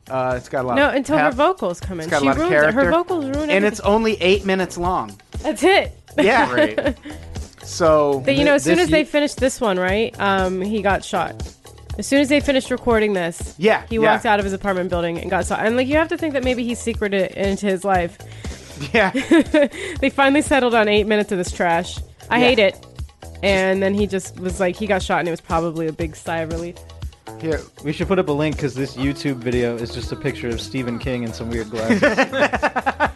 D: Uh, it's got a lot.
C: no,
D: of
C: until
D: pep,
C: her vocals come in.
D: It's got a
C: she
D: lot of
C: ruined it. Her
D: character.
C: vocals ruined
D: and it's
C: everything.
D: only eight minutes long.
C: that's it.
D: Yeah, So
C: But, you know, as soon
E: This
C: as they
E: ye-
C: finished this one, right? Um, he got shot. As soon as they finished recording this,
D: Yeah,
C: he
D: yeah.
C: walked out of his apartment building and got shot. And like, you have to think that maybe he secreted it into his life.
D: yeah,
C: They finally settled on eight minutes of this trash. I
D: Yeah.
C: hate it. And then he just was like, he got shot, and it was probably a big sigh of relief.
D: here
E: We should put up a link because this YouTube video is just a picture of Stephen King in some weird glasses.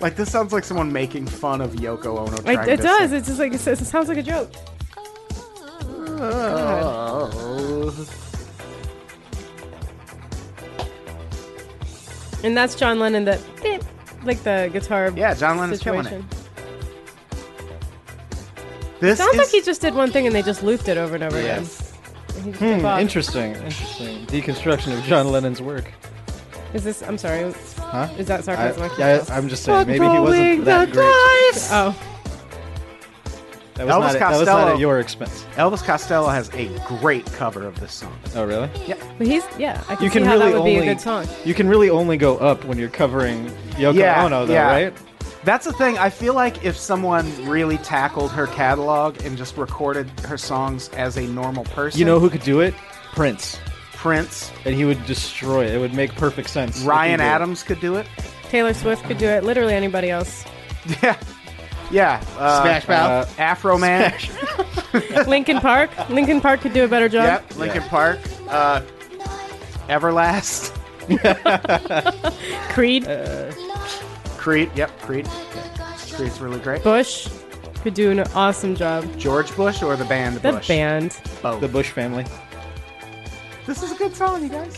D: Like this sounds like someone making fun of Yoko Ono.
C: It,
D: trying
C: it
D: to
C: does.
D: sing.
C: It's just like it, says, it sounds like a joke. God. And that's John Lennon. That beep, like the guitar.
D: Yeah, John Lennon's killing
C: situation.
D: it. This
C: Sounds
D: is,
C: like he just did one thing and they just looped it over and over again. He just
E: Hmm,
C: took off.
E: interesting, interesting deconstruction of John Lennon's work.
C: Is this? I'm sorry.
E: Huh?
C: Is that
E: I,
C: sarcasm?
E: yeah, I'm just saying maybe he wasn't that great.
C: Oh,
D: Elvis
E: That was, not at, that was not
D: Costello.
E: at your expense.
D: Elvis Costello has a great cover of this song.
E: Oh, really?
C: but he's yeah. I can,
E: You can
C: see how that
E: really
C: would
E: only
C: be a good song.
E: you can really only go up when you're covering Yoko
D: Yeah,
E: Ono, though,
D: yeah.
E: right?
D: That's the thing. I feel like if someone really tackled her catalog and just recorded her songs as a normal person,
E: You know who could do it? Prince,
D: Prince,
E: and he would destroy it. It would make perfect sense. if he
D: Ryan
E: did it.
D: Adams could do it.
C: Taylor Swift could do it. Literally anybody else.
D: Yeah, yeah. Uh,
F: Smash Mouth.
D: Afro Man.
C: Lincoln Park. Lincoln Park could do a better job.
D: Yep. Lincoln Park. Uh, Everlast.
C: Creed.
D: Uh, Creed. Yep. Creed. Creed's really great.
C: Bush could do an awesome job.
D: George Bush or the band
C: The
D: Bush?
C: band.
D: Both.
E: the Bush family.
D: This is a good song, you guys.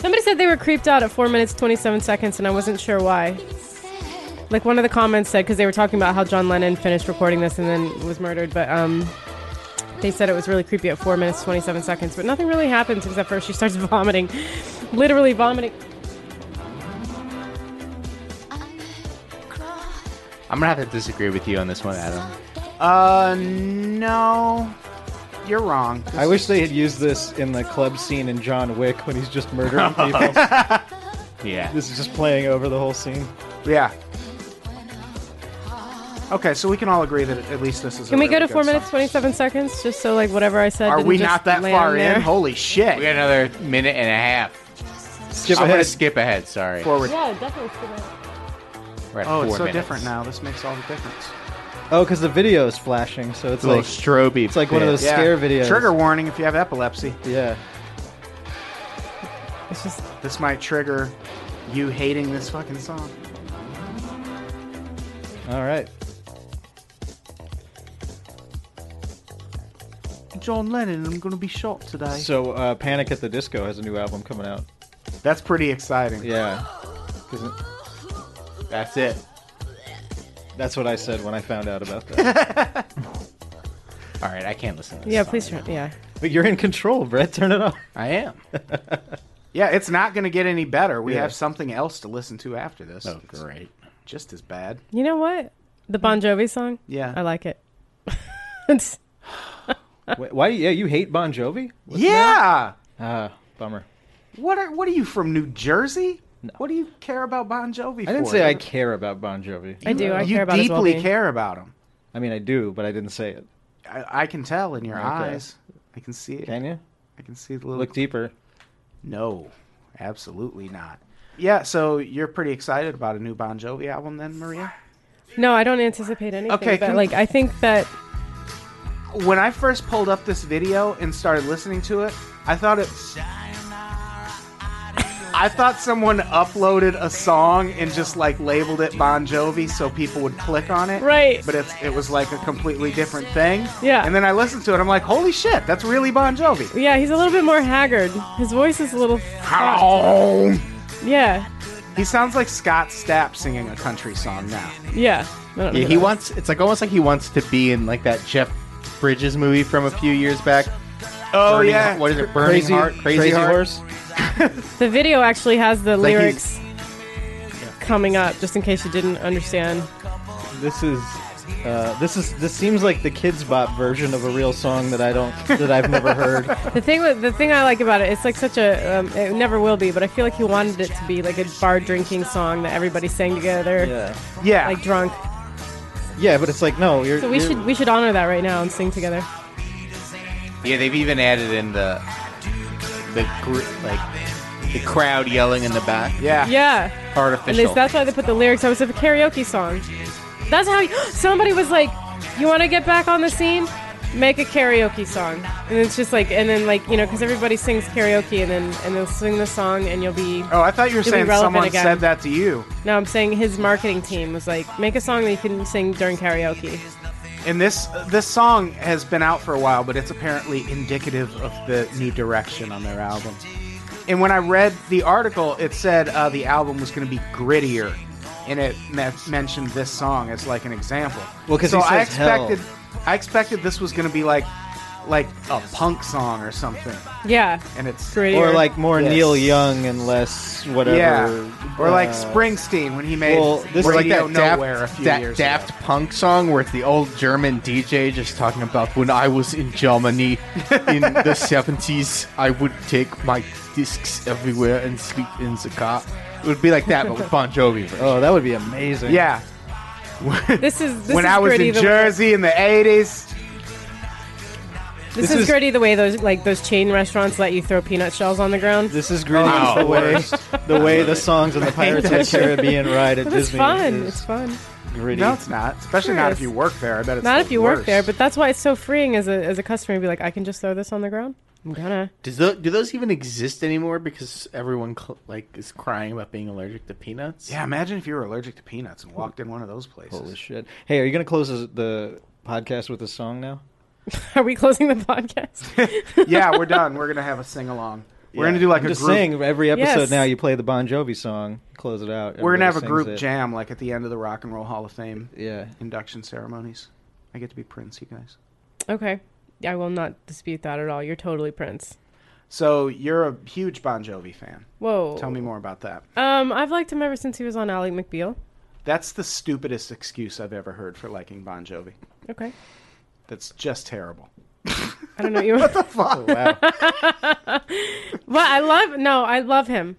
C: Somebody said they were creeped out at 4 minutes 27 seconds, and I wasn't sure why. Like one of the comments said, because they were talking about how John Lennon finished recording this and then was murdered, but um, they said it was really creepy at 4 minutes 27 seconds, but nothing really happens except for she starts vomiting. Literally vomiting.
F: I'm gonna have to disagree with you on this one, Adam.
D: Uh, no. You're wrong.
E: I wish they had used this in the club scene in John Wick when he's just murdering people.
F: Yeah.
E: this is just playing over the whole scene.
D: Yeah. Okay, so we can all agree that at least this is.
C: Can
D: a
C: we go
D: really
C: to 4
D: good
C: minutes
D: song.
C: 27 seconds? Just so, like, whatever I said.
D: Are
C: didn't
D: we
C: just
D: not that
C: land
D: far
C: there.
D: in? Holy shit!
F: We got another minute and a half.
E: Skip
F: I'm gonna
E: ahead.
F: skip ahead. Sorry.
D: forward.
C: Yeah, definitely.
F: We're at
D: Oh, it's
F: four
D: so
F: minutes.
D: different now. This makes all the difference.
E: Oh, because the video is flashing, so it's
F: It's a little
E: like
F: strobe.
E: it's like one of those scare videos.
D: Trigger warning if you have epilepsy.
E: Yeah.
C: It's just,
D: This might trigger you hating this fucking song.
E: All right.
D: John Lennon, I'm gonna be shot today.
E: So, uh, Panic at the Disco has a new album coming out.
D: That's pretty exciting.
E: Yeah. 'Cause it-
F: That's it.
E: that's what I said when I found out about that.
F: All right, I can't listen. to this
C: yeah,
F: song
C: please.
F: anymore.
C: Turn, yeah.
E: but you're in control, Brett. Turn it off.
F: I am.
D: Yeah, it's not gonna get any better. We
E: Yeah.
D: have something else to listen to after this.
F: Oh, great.
D: Just as bad.
C: You know what? The Bon Jovi song?
D: Yeah.
C: I like it. it's,
E: Wait, why? Yeah, you hate Bon Jovi?
D: yeah.
E: Ah, bummer.
D: What are What are you from New Jersey? What do you care about Bon Jovi?
E: I didn't
D: for?
E: say I care about Bon Jovi.
C: I do. I
D: you
C: care about his
D: deeply
C: well-being.
D: care about him.
E: I mean, I do, but I didn't say it.
D: I, I can tell in your eyes. I can see it.
E: Can you?
D: I can see the little.
E: Look deeper.
D: No, absolutely not. Yeah, so you're pretty excited about a new Bon Jovi album, then, Maria?
C: No, I don't anticipate anything.
D: Okay,
C: but
D: can-
C: like I think that
D: When I first pulled up this video and started listening to it, I thought it. I thought someone uploaded a song and just like labeled it Bon Jovi so people would click on it.
C: Right.
D: But it's, it was like a completely different thing.
C: Yeah.
D: And then I listened to it. I'm like, holy shit, that's really Bon Jovi.
C: yeah, he's a little bit more haggard. His voice is a little yeah,
D: He sounds like Scott Stapp singing a country song now.
C: yeah. I don't know
F: Yeah,
C: who
F: he
C: that-
F: wants. It's like almost like he wants to be in like that Jeff Bridges movie from a few years back.
D: Oh
F: Burning-
D: yeah.
F: what is it? Burning Heart, Crazy, Heart.
E: Horse.
C: The video actually has the
F: like
C: lyrics coming up, just in case you didn't understand.
E: This is. Uh, this is this seems like the kids bop version of a real song that I don't that I've never heard.
C: The thing, with, the thing I like about it, it's like such a, um, it never will be, but I feel like he wanted it to be like a bar drinking song that everybody sang together,
E: Yeah,
D: Yeah.
C: like drunk.
E: yeah, but it's like no, you're.
C: So we
E: you're-
C: should we should honor that right now and sing together.
F: Yeah, they've even added in the the gr- like the crowd yelling in the back.
D: yeah.
C: Yeah, and
F: Artificial.
C: it's, that's why they put the lyrics. I was a karaoke song. That's how you, somebody was like, "You want to get back on the scene? Make a karaoke song." And it's just like, and then like you know, because everybody sings karaoke, and then and they'll sing the song, and you'll be.
D: Oh, I thought you were
C: It'll be
D: saying
C: relevant
D: someone
C: again.
D: said that to you.
C: No, I'm saying his marketing team was like, "Make a song that you can sing during karaoke."
D: And this this song has been out for a while, but it's apparently indicative of the new direction on their album. And when I read the article, it said uh, the album was going to be grittier, and it me- mentioned this song as like an example.
E: Well, 'cause
D: so
E: he
D: I
E: says hell.
D: expected I expected this was going to be like like a punk song or something,
C: Yeah,
D: and it's
C: grittier.
E: or like more
D: Yes.
E: Neil Young and less whatever.
D: yeah, or like
E: uh,
D: Springsteen when he made
E: well, this is
D: Radio
E: like
F: that
D: Nowhere
F: Daft,
D: a few
F: that
D: years
F: Daft
D: ago.
F: Punk song where it's the old German DJ just talking about when I was in Germany in the 70s, I would take my discs everywhere and sleep in the car. It would be like that, but with Bon Jovi version.
E: Oh, that would be amazing.
D: Yeah,
C: this is this
D: when
C: is
D: I was
C: gritty
D: in
C: the
D: Jersey in the '80s.
C: Way, this,
E: this
C: is,
E: is-
C: gritty the way those like those chain restaurants let you throw peanut shells on the ground.
E: This is gritty
D: Oh,
E: the way the way the songs on the Pirates of the Caribbean ride at
C: But it's
E: Disney
C: fun.
E: is
C: It's fun.
E: gritty.
D: No, it's not. Especially
C: Sure
D: not
C: is.
D: if you work there. I bet it's
C: Not
D: the
C: if you work
D: worst.
C: there, but that's why it's so freeing as a as a customer to be like, I can just throw this on the ground. I'm gonna.
F: Does tho- do those even exist anymore? Because everyone cl- like is crying about being allergic to peanuts.
D: yeah, imagine if you were allergic to peanuts and walked in one of those places.
E: Holy shit! Hey, are you gonna close this- the podcast with a song now?
C: Are we closing the podcast?
D: yeah, we're done. We're gonna have a sing along. We're
E: Yeah.
D: gonna do like
E: I'm
D: a
E: just
D: group.
E: saying every episode
C: Yes.
E: now you play the Bon Jovi song, close it out.
D: we're gonna have a
E: everybody
D: group
E: sings it.
D: jam like at the end of the Rock and Roll Hall of Fame
E: Yeah,
D: induction ceremonies. I get to be Prince, you guys.
C: okay, I will not dispute that at all. You're totally Prince.
D: So you're a huge Bon Jovi fan.
C: Whoa.
E: Oh.
D: Tell me more about that.
C: Um, I've liked him ever since he was on Ally McBeal.
D: That's the stupidest excuse I've ever heard for liking Bon Jovi.
C: Okay.
D: That's just terrible.
C: I don't know you. what the
E: Oh,
C: fuck? Wow. well, I love. No, I love him.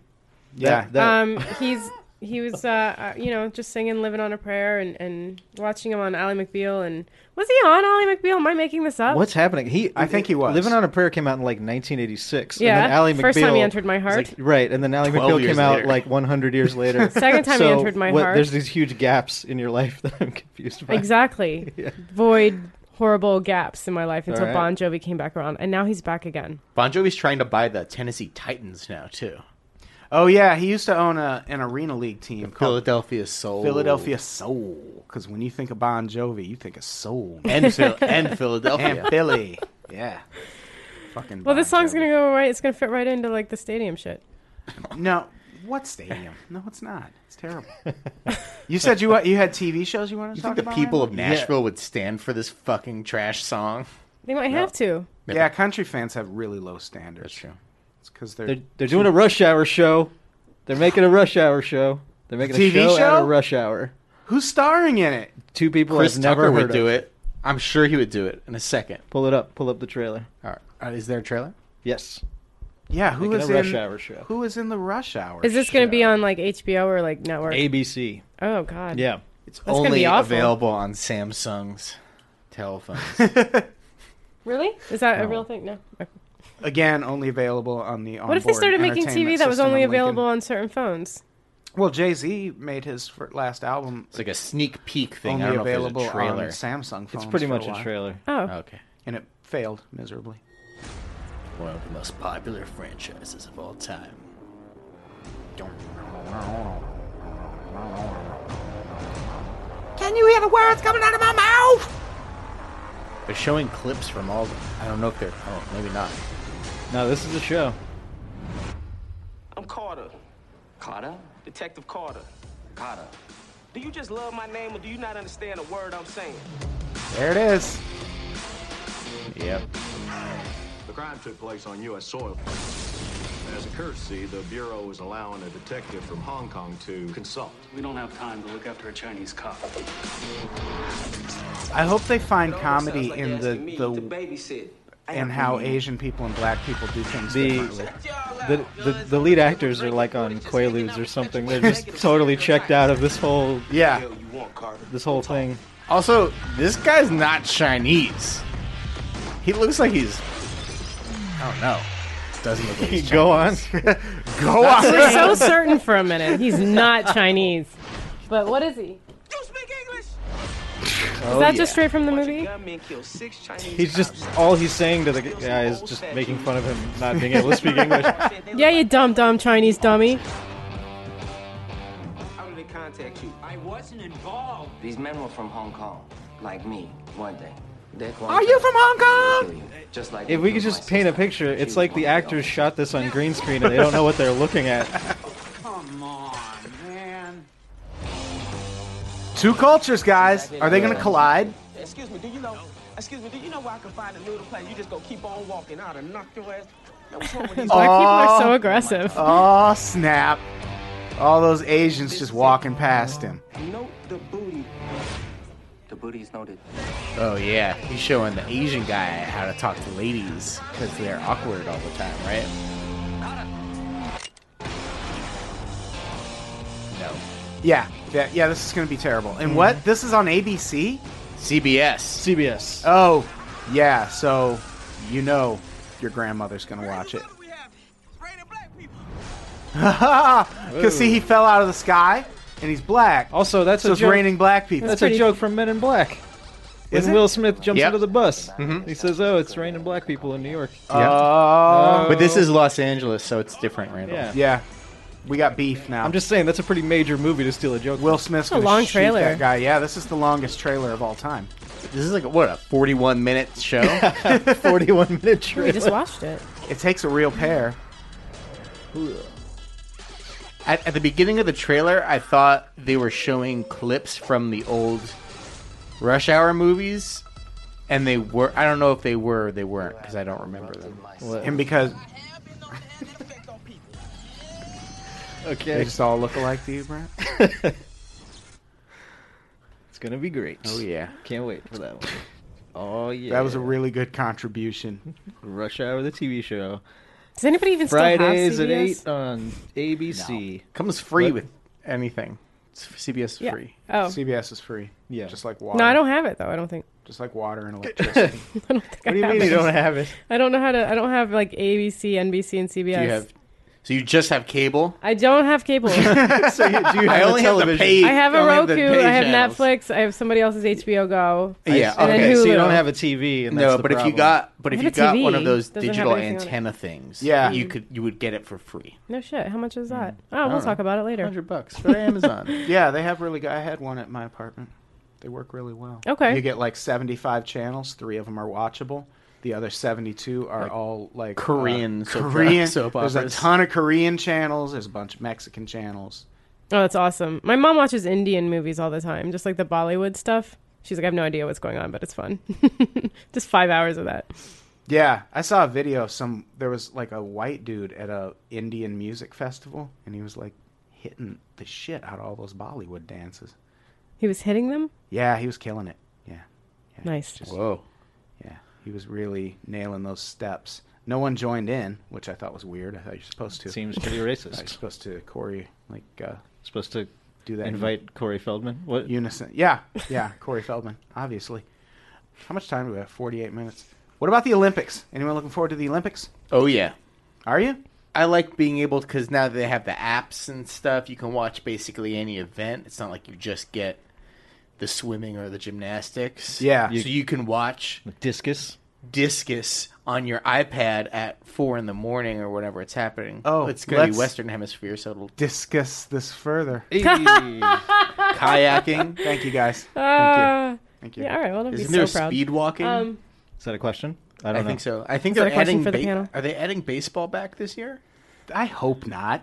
D: Yeah.
E: That- that-
C: Um, he's he was uh, uh, you know just singing "Living on a Prayer" and and watching him on Ally McBeal and was he on Ally McBeal? Am I making this up?
E: What's happening? He,
D: I think he was.
E: Living on a Prayer came out in like 1986.
C: Yeah,
E: and then Ally
C: first time
E: McBeal-
C: he entered my heart.
E: it's like- right, and then Ally McBeal
F: years
E: came out
F: later.
E: like 100 years later.
C: Second time he
E: So
C: entered my
E: what-
C: heart.
E: There's these huge gaps in your life that I'm confused by.
C: Exactly. Void horrible gaps in my life until
E: All right.
C: Bon Jovi came back around, and now he's back again.
F: Bon Jovi's trying to buy the Tennessee Titans now too.
D: Oh yeah, he used to own a, an arena league team called
F: Philadelphia Soul.
D: Philadelphia Soul. Because when you think of Bon Jovi, you think of soul
F: and Phil- and
D: and
F: Philadelphia.
D: Philly. Yeah. Fucking.
C: Well, this
D: Bon
C: song's
D: Jovi.
C: gonna go right. It's gonna fit right into like the stadium shit.
D: No, what stadium? No, it's not. It's terrible. you said you wa- you had TV shows you wanted to
F: you
D: talk
F: think the
D: about.
F: people of
D: Ryan?
F: Nashville would stand for this fucking trash song?
C: They might have to.
D: yeah, country fans have really low standards. That's true. It's because they're,
E: They're, they're doing a rush hour show. They're making a rush hour show. They're making a
D: TV
E: show, out
D: show?
E: of rush hour.
D: who's starring in it.
E: Two people
F: Chris
E: I've never
F: Tucker
E: heard
F: would
E: of.
F: do it. I'm sure he would do it in a second.
E: Pull it up. Pull up the trailer.
F: All right. Uh, is there a trailer?
E: Yes.
D: Yeah, who
E: Making
D: is
E: a Rush
D: in
E: Hour show.
D: Who is in the Rush Hour?
C: Is this gonna be on like HBO or like network?
E: ABC.
C: oh God.
E: Yeah.
F: It's
C: gonna
F: only
C: be awful.
F: available on Samsung's telephones.
C: Really? Is that a real thing? No. Okay.
D: Again, only available on the.
C: What if they
D: onboard
C: started making TV
D: entertainment
C: that was
D: system
C: only
D: on Lincoln.
C: available on certain phones?
D: Well, Jay Z made his fir- last album
F: It's like a sneak peek thing. I
D: only
F: don't know if there's
D: available
F: a trailer.
D: on Samsung phones.
E: It's pretty
D: for
E: much a,
D: while,
E: trailer.
C: Oh,
F: Okay.
D: and it failed miserably.
F: One of the most popular franchises of all time.
H: Can you hear the words coming out of my mouth?
F: They're showing clips from all. The, I don't know if they're. Oh, maybe not.
E: No, this is a show.
J: I'm Carter. Carter? Detective Carter. Carter. Do you just love my name or do you not understand a word I'm saying?
D: There it is.
F: Yep.
K: The crime took place on U.S. soil. As a courtesy, the Bureau is allowing a detective from Hong Kong to consult.
J: We don't have time to look after a Chinese cop.
D: I hope they find
J: It almost
D: comedy
J: sounds like
D: in
J: you're
D: the
J: asking me to
D: the
J: babysit.
D: and how Asian people and Black people do things
E: The
D: differently.
E: the, the the lead actors are like on Quaaludes or something. They're just totally checked out of this whole
F: Yeah.
J: You want Carter?
E: this whole thing.
F: Also, this guy's not Chinese. He looks like he's. I don't know. Doesn't look like he's
E: Go on.
F: Go
D: Oh.
C: we
F: on.
C: were so certain for a minute he's not Chinese. But what is he? Is
J: You speak English?
C: that
D: Oh,
C: just straight from the movie?
J: Gunmen killed six Chinese
E: He's just all he's saying to the guy is just making fun of him not being able to speak English.
C: Yeah, you dumb dumb Chinese dummy.
J: How did they contact you? I wasn't involved.
L: These men were from Hong Kong, like me, weren't they? They're going
D: Are
L: to
D: you from Hong
L: kill you, just like
E: If we could just paint a picture, it's like the actors shot this on green screen and they don't know what they're looking at.
I: Come on, man.
D: Two cultures, guys. Are they going to collide?
J: Excuse me, do you know? Excuse me, do you know where I can find a noodle place? You just gonna keep on walking out and knock your ass. Man, what's wrong with these
C: Black people are so
D: Oh.
C: aggressive.
D: Oh snap! All those Asians just walking past him.
J: Note the booty.
L: The booty's noted.
F: Oh yeah, he's showing the E Asian guy how to talk to ladies because they're awkward all the time, right? No.
D: Yeah, yeah, yeah. This is going to be terrible. And
E: Mm-hmm.
D: what? This is on ABC.
F: CBS.
E: CBS.
D: Oh, yeah. So you know your grandmother's going to watch it.
J: we have? Spraying black people.
D: Because see, he fell out of the sky, and he's black.
E: Also, that's
D: so
E: a
D: it's
E: joke.
D: raining black people.
E: That's a joke from Men in Black. When
D: Is it? Mm-hmm.
E: Will Smith jumps
F: Yep.
E: into the bus, he says, "Oh, it's raining black people in New York." Uh,
D: Oh,
F: But this is Los Angeles, so it's different, Randall.
E: yeah.
D: yeah. We got beef now.
E: I'm just saying that's a pretty major movie to steal a joke.
D: Will Smith's
C: a
D: gonna
C: long
D: shoot
C: trailer.
D: That guy. Yeah, this is the longest trailer of all time.
F: This is like a, what a 41 minute show.
E: from. 41 minute
C: We
E: trailer.
C: just watched it.
D: It takes a real pair.
F: at, at the beginning of the trailer, I thought they were showing clips from the old Rush Hour movies, and they were. I don't know if they were, or they weren't, because I don't remember them.
D: And because they
E: Okay,
D: just all look alike to you, Brent.
E: it's gonna be great.
F: Oh yeah.
E: Can't wait for that one. Oh yeah,
D: That was a really good contribution.
E: Rush Hour, the TV show.
C: Does anybody even
E: Fridays
C: still
E: at
C: have CBS?
E: eight on ABC.
F: Comes free
E: What?
F: with anything. It's f- CBS is
C: Yeah.
F: free.
C: Oh
D: CBS is free.
E: Yeah.
D: just like water.
C: no, I don't have it though. I don't think.
D: Just like water and electricity.
C: I don't think
E: What do
C: I
E: you
C: have
E: mean
C: it.
E: you don't have it?
C: I don't know how to. I don't have like ABC, NBC, and CBS.
F: Do you have? So you just have cable.
C: I don't have cable. I
E: so you, do you have
F: I only
E: a
F: have the
E: television?
F: pay.
C: have a
F: only
C: Roku.
F: the
C: I
F: pay
C: have
F: channels.
C: Netflix. I have somebody else's HBO Go.
F: Yeah.
C: And then
F: okay.
E: so you
C: Hulu.
E: don't have a TV. And that's
F: no,
E: the
F: but if you
E: problem.
F: got, but
C: I
F: if
C: have
F: you
C: a
F: got one
C: TV.
F: of those
C: Doesn't have
F: digital
C: anything on it.
F: antenna things,
D: Yeah.
F: you could you would get it for free.
C: No shit. How much is that?
F: Mm.
C: Oh, we'll talk about it later.
F: Hundred bucks for Amazon.
D: yeah, they have really good. I had one at my apartment. They work really well.
C: Okay.
D: You get like 75 channels. Three of them are watchable. The other 72 are all like
F: Korean
D: uh,
F: soap-
D: Korean.
F: soap
D: There's a
F: operas.
D: ton of Korean channels. There's a bunch of Mexican channels.
C: Oh, that's awesome. My mom watches Indian movies all the time, just like the Bollywood stuff. She's like, I have no idea what's going on, but it's fun. just five hours of that.
D: Yeah, I saw a video of some. There was like a white dude at a Indian music festival, and he was like hitting the shit out of all those Bollywood dances.
C: He was hitting them.
D: Yeah, he was killing it. Yeah,
C: Nice.
F: Whoa.
D: yeah, he was really nailing those steps. No one joined in, which I thought was weird. I thought you're supposed to.
E: Seems pretty
D: I thought you're
E: racist.
D: supposed to Corey like uh,
E: Supposed to
D: do that. in
E: invite Corey Feldman. What?
D: unison. Yeah, yeah, Corey Feldman, obviously. How much time do we have? Forty-eight minutes. What about the Olympics? Anyone looking forward to the Olympics?
F: Oh yeah.
D: Are you?
F: I like being able because now they have the apps and stuff. You can watch basically any event. It's not like you just get the swimming or the gymnastics.
D: Yeah.
F: so you can watch
E: discus,
F: discus on your iPad at four in the morning or whenever it's happening.
D: Oh,
F: it's gonna
D: let's-
F: be Western Hemisphere, so it'll
D: Discuss this further.
F: kayaking.
D: Thank you guys.
C: Uh,
D: Thank you.
C: Yeah, all right. Well, don't
F: Isn't
C: be so
F: there
C: proud.
F: speed walking?
C: Um,
E: Is that a question? I
F: I,
E: don't know.
F: think so. I think
C: Is that
F: they're
C: a question
F: adding.
C: for the
F: ba-
C: panel?
F: Are they adding baseball back this year?
D: I hope not.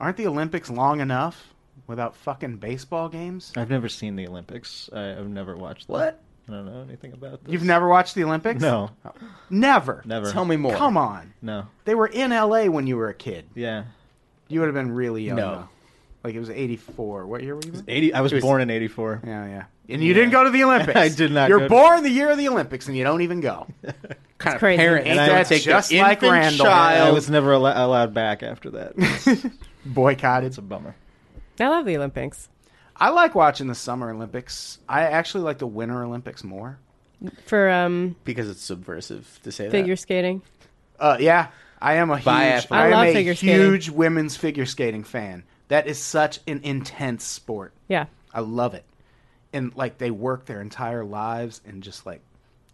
D: Aren't the Olympics long enough without fucking baseball games?
E: I've never seen the Olympics. I, I've never watched. them.
D: What?
E: I don't know anything about. This.
D: You've never watched the Olympics?
E: No,
D: Never.
E: never.
F: Tell me more.
D: Come on.
E: No.
D: They were in LA when you were a kid.
E: Yeah.
D: You would have been really young.
F: No.
D: though. Like it was 84. What year were you? born?
E: Eighty. I was,
F: It was-
E: born in '84.
D: Yeah, yeah. And you didn't go to the Olympics.
E: I did not
D: You're
E: go to-
D: born the year of the Olympics and you don't even go.
F: kind of
C: crazy.
F: parent
D: Ain't
F: that would
D: that
F: take
D: just
F: their
D: like
F: infant
D: Randall?
E: I
F: child?
E: was never allo- allowed back after that.
D: Boycotted.
E: It's a bummer.
C: I love the Olympics.
D: I like watching the Summer Olympics. I actually like the Winter Olympics more.
C: For um,
F: because it's subversive to say
C: figure skating.
D: Uh, yeah, I am a huge,
F: Biathlon.
D: I,
C: I love
D: am a
C: figure skating.
D: huge women's figure skating fan. That is such an intense sport.
C: Yeah.
D: I love it. And like they work their entire lives and just like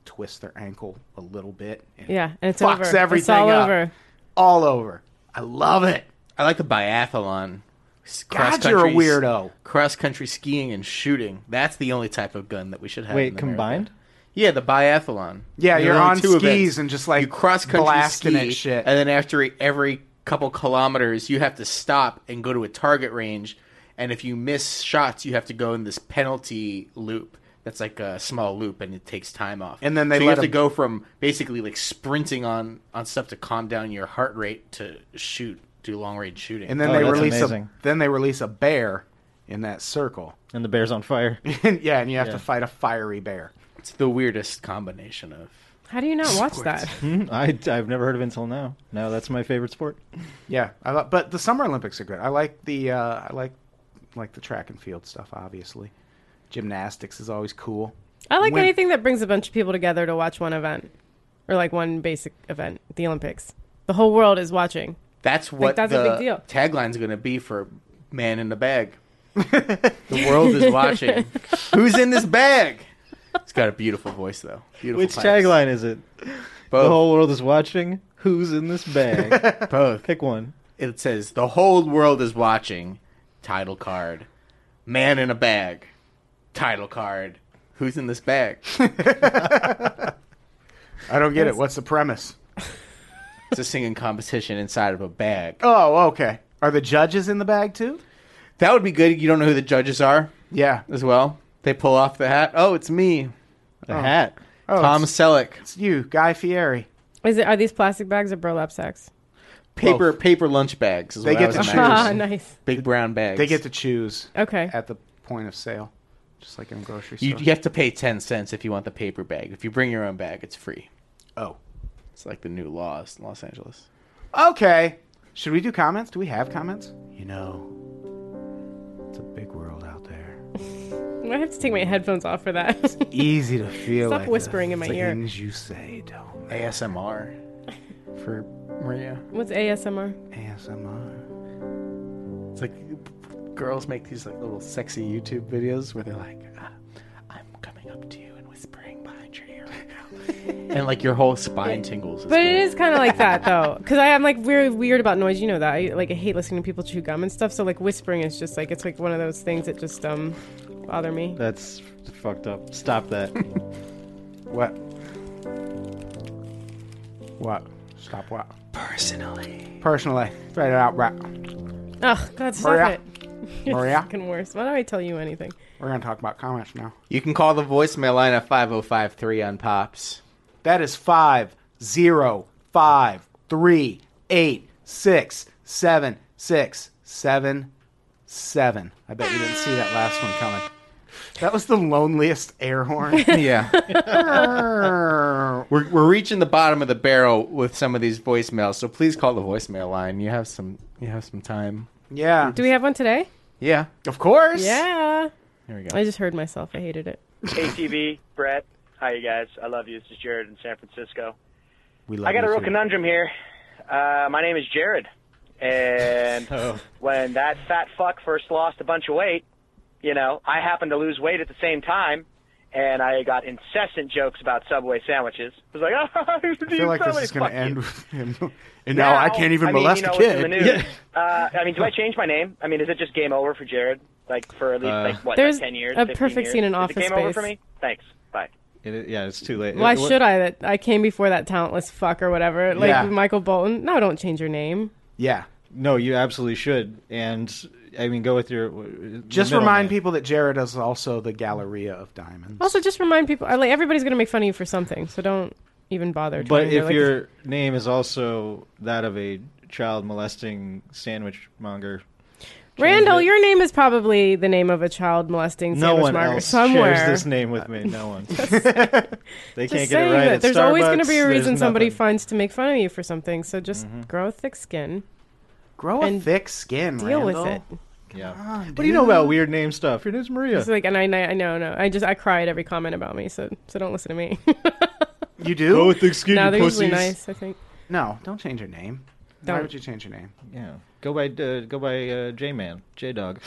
D: twist their ankle a little bit. And
C: Yeah, and it's
D: fucks
C: over.
D: everything
C: it's all
D: up.
C: over.
D: All over. I love it.
F: that. I like the biathlon. S-
D: God, you're a
F: cross-country s-
D: weirdo.
F: Cross country skiing and shooting. That's the only type of gun that we should have. in
E: Wait,
F: America.
E: combined?
F: Yeah, the biathlon.
D: Yeah,
F: There
D: you're
F: are only
D: on
F: two
D: skis
F: events.
D: and just like
F: you cross country
D: blasting
F: ski,
D: at shit.
F: and then after e- every couple kilometers, you have to stop and go to a target range. And if you miss shots, you have to go in this penalty loop. That's like a small loop, and it takes time off.
D: And then they
F: so you
D: let
F: have to
D: them-
F: go from basically like sprinting on on stuff to calm down your heart rate to shoot, do long range shooting.
D: And then
E: Oh,
D: they
E: that's
D: release
E: amazing.
D: a then they release a bear in that circle.
E: And the bear's on fire.
D: yeah, and you have
E: Yeah.
D: to fight a fiery bear.
F: it's the weirdest combination of.
C: How do you not watch that?
E: Hmm, I, I've never heard of it until now. No, that's my favorite sport.
D: Yeah, I lo- but the Summer Olympics are good. I like the uh, I like like the track and field stuff. Obviously, gymnastics is always cool.
C: I like
D: When-
C: anything that brings a bunch of people together to watch one event, or like one basic event, the Olympics. The whole world is watching.
F: That's what
C: that's a
F: the
C: big deal.
F: tagline's going to be for Man in the Bag. the world is watching. Who's in this bag? It's got a beautiful voice though. Beautiful
E: Which
F: pipes.
E: tagline is it?
F: Both.
E: The whole world is watching. Who's in this bag?
F: Both.
E: Pick one.
F: It says the whole world is watching. Title card. Man in a bag. Title card. Who's in this bag?
D: I don't get it. What's the premise?
F: It's a singing competition inside of a bag.
D: Oh, okay. Are the judges in the bag too?
F: That would be good. You don't know who the judges are
D: Yeah,
F: as well. They pull off the hat. Oh, it's me.
E: The hat.
D: Oh,
F: Tom
D: it's-
F: Selleck.
D: it's you, Guy Fieri.
C: Is it? Are these plastic bags or burlap sacks?
F: Paper paper lunch bags. Is
D: They
F: what I
D: get
F: was
D: to
F: imagining.
C: Ah,
D: Cheers.
C: nice.
F: Big brown bags.
D: They get to choose
C: Okay.
D: at the point of sale, just like in a grocery store.
F: You, you have to pay ten cents if you want the paper bag. If you bring your own bag, it's free.
D: oh,
F: It's like the new laws in Los Angeles.
D: okay. Should we do comments? Do we have comments? You know, it's a big world out there.
C: I have to take my headphones off for that.
D: Easy to feel.
C: Stop
D: like the
C: whispering in my ear.
D: Things you say don't
F: ASMR for Maria.
C: What's ASMR?
D: ASMR.
F: It's like girls make these like little sexy YouTube videos where they're like, ah, "I'm coming up to you and whispering behind your ear right now," and like your whole spine tingles. It's
C: But it
F: great.
C: is kind of like that though, because I am like very weird about noise. You know that I like I hate listening to people chew gum and stuff. So like whispering is just like it's like one of those things that just um bother me.
E: That's fucked up. Stop that.
D: What? What? Stop what?
F: personally.
D: Personally, right out, right.
C: Ugh, God, stop
D: Maria.
C: it. You're
D: Maria.
C: fucking worse. Why do I tell you anything?
D: We're gonna talk about comments now.
F: You can call the voicemail line at five zero five three on pops.
D: That is five zero five three eight six seven six seven seven. I bet you didn't see that last one coming. That was the loneliest air horn.
F: Yeah. We're, we're reaching the bottom of the barrel with some of these voicemails, so please call the voicemail line. You have some you have some time.
D: yeah,
C: Do we have one today?
F: Yeah.
D: of course.
C: Yeah.
F: Here we
C: I
F: go.
C: just heard myself. I hated it.
M: ATV, Brett. Hi, you guys. I love you. This is Jared in San Francisco.
D: we love
M: I got a
D: you
M: real
D: too.
M: conundrum here. Uh, my name is Jared, and
D: Oh.
M: when that fat fuck first lost a bunch of weight, you know, I happened to lose weight at the same time, and I got incessant jokes about Subway sandwiches. It was like, oh,
D: I feel like this is going to end with him. And now, I can't even
M: I mean,
D: molest
M: you know,
D: a
M: it's in
D: kid.
M: the news. Uh, I mean, do I change my name? I mean, is it just game over for Jared? Like for at least
E: Uh,
M: like what, like,
C: There's
M: ten years?
C: a
M: 15
C: perfect
M: years?
C: scene in
M: Is
C: Office
M: it game over for
C: Space.
M: me? Thanks. Bye.
E: It, it- yeah, it's too late.
C: Why
E: It- what-
C: should I? That I came before that talentless fuck or whatever. Like
E: Yeah.
C: Michael Bolton. No, don't change your name.
D: Yeah.
E: No, you absolutely should. And I mean, go with your. the
D: Just
E: middle
D: remind
E: name.
D: people that Jared is also the Galleria of Diamonds.
C: Also, just remind people. I- Like everybody's gonna make fun of you for something, so don't even bother.
E: But
C: trying to,
E: if
C: like,
E: your name is also that of a child molesting sandwich monger,
C: Randall, your name is probably the name of a child molesting
E: no
C: sandwich
E: one
C: marker
E: else
C: somewhere.
E: shares this name with me. No one. they
C: Just
E: can't get it
C: saying
E: right.
C: that
E: at
C: there's always going to
E: Starbucks,
C: be a
E: there's
C: reason somebody
E: nothing. Mm-hmm.
C: finds to make fun of you for something. So just grow a thick skin.
D: Grow a thick skin.
C: Deal with
D: Randall.
C: it.
E: Yeah.
D: Come on,
E: what do you know about weird name stuff? Your name's Maria.
C: It's like, and I, I know, no, I just I cry at every comment about me. So so don't listen to me.
D: You do?
E: Go with thick skin,
C: No,
E: you
C: they're usually
E: pussies.
C: nice. I think.
D: No, don't change your name. Why
C: Don't.
D: would you change your name?
E: Yeah. Go by uh, go by uh, J Man, J Dog.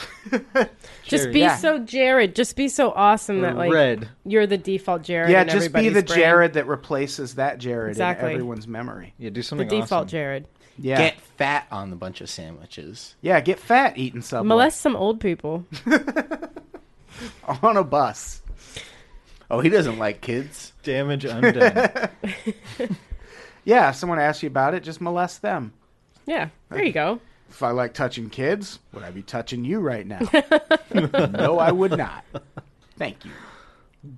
C: Just be so Jared. Just be so awesome that like
E: Red.
C: you're the default Jared.
D: yeah,
C: in
D: just be
C: everybody's
D: the
C: brain.
D: Jared that replaces that Jared
C: Exactly.
D: in everyone's memory.
E: Yeah, do
C: The default Jared.
D: Yeah.
F: Get fat on the bunch of sandwiches.
D: Yeah, get fat eating Subway
C: Molest some old people.
D: on a bus.
F: Oh, he doesn't like kids.
E: Damage undone.
D: yeah, if someone asks you about it, just molest them.
C: Yeah, there you go.
D: If I like touching kids, would I be touching you right now? no, I would not. Thank you.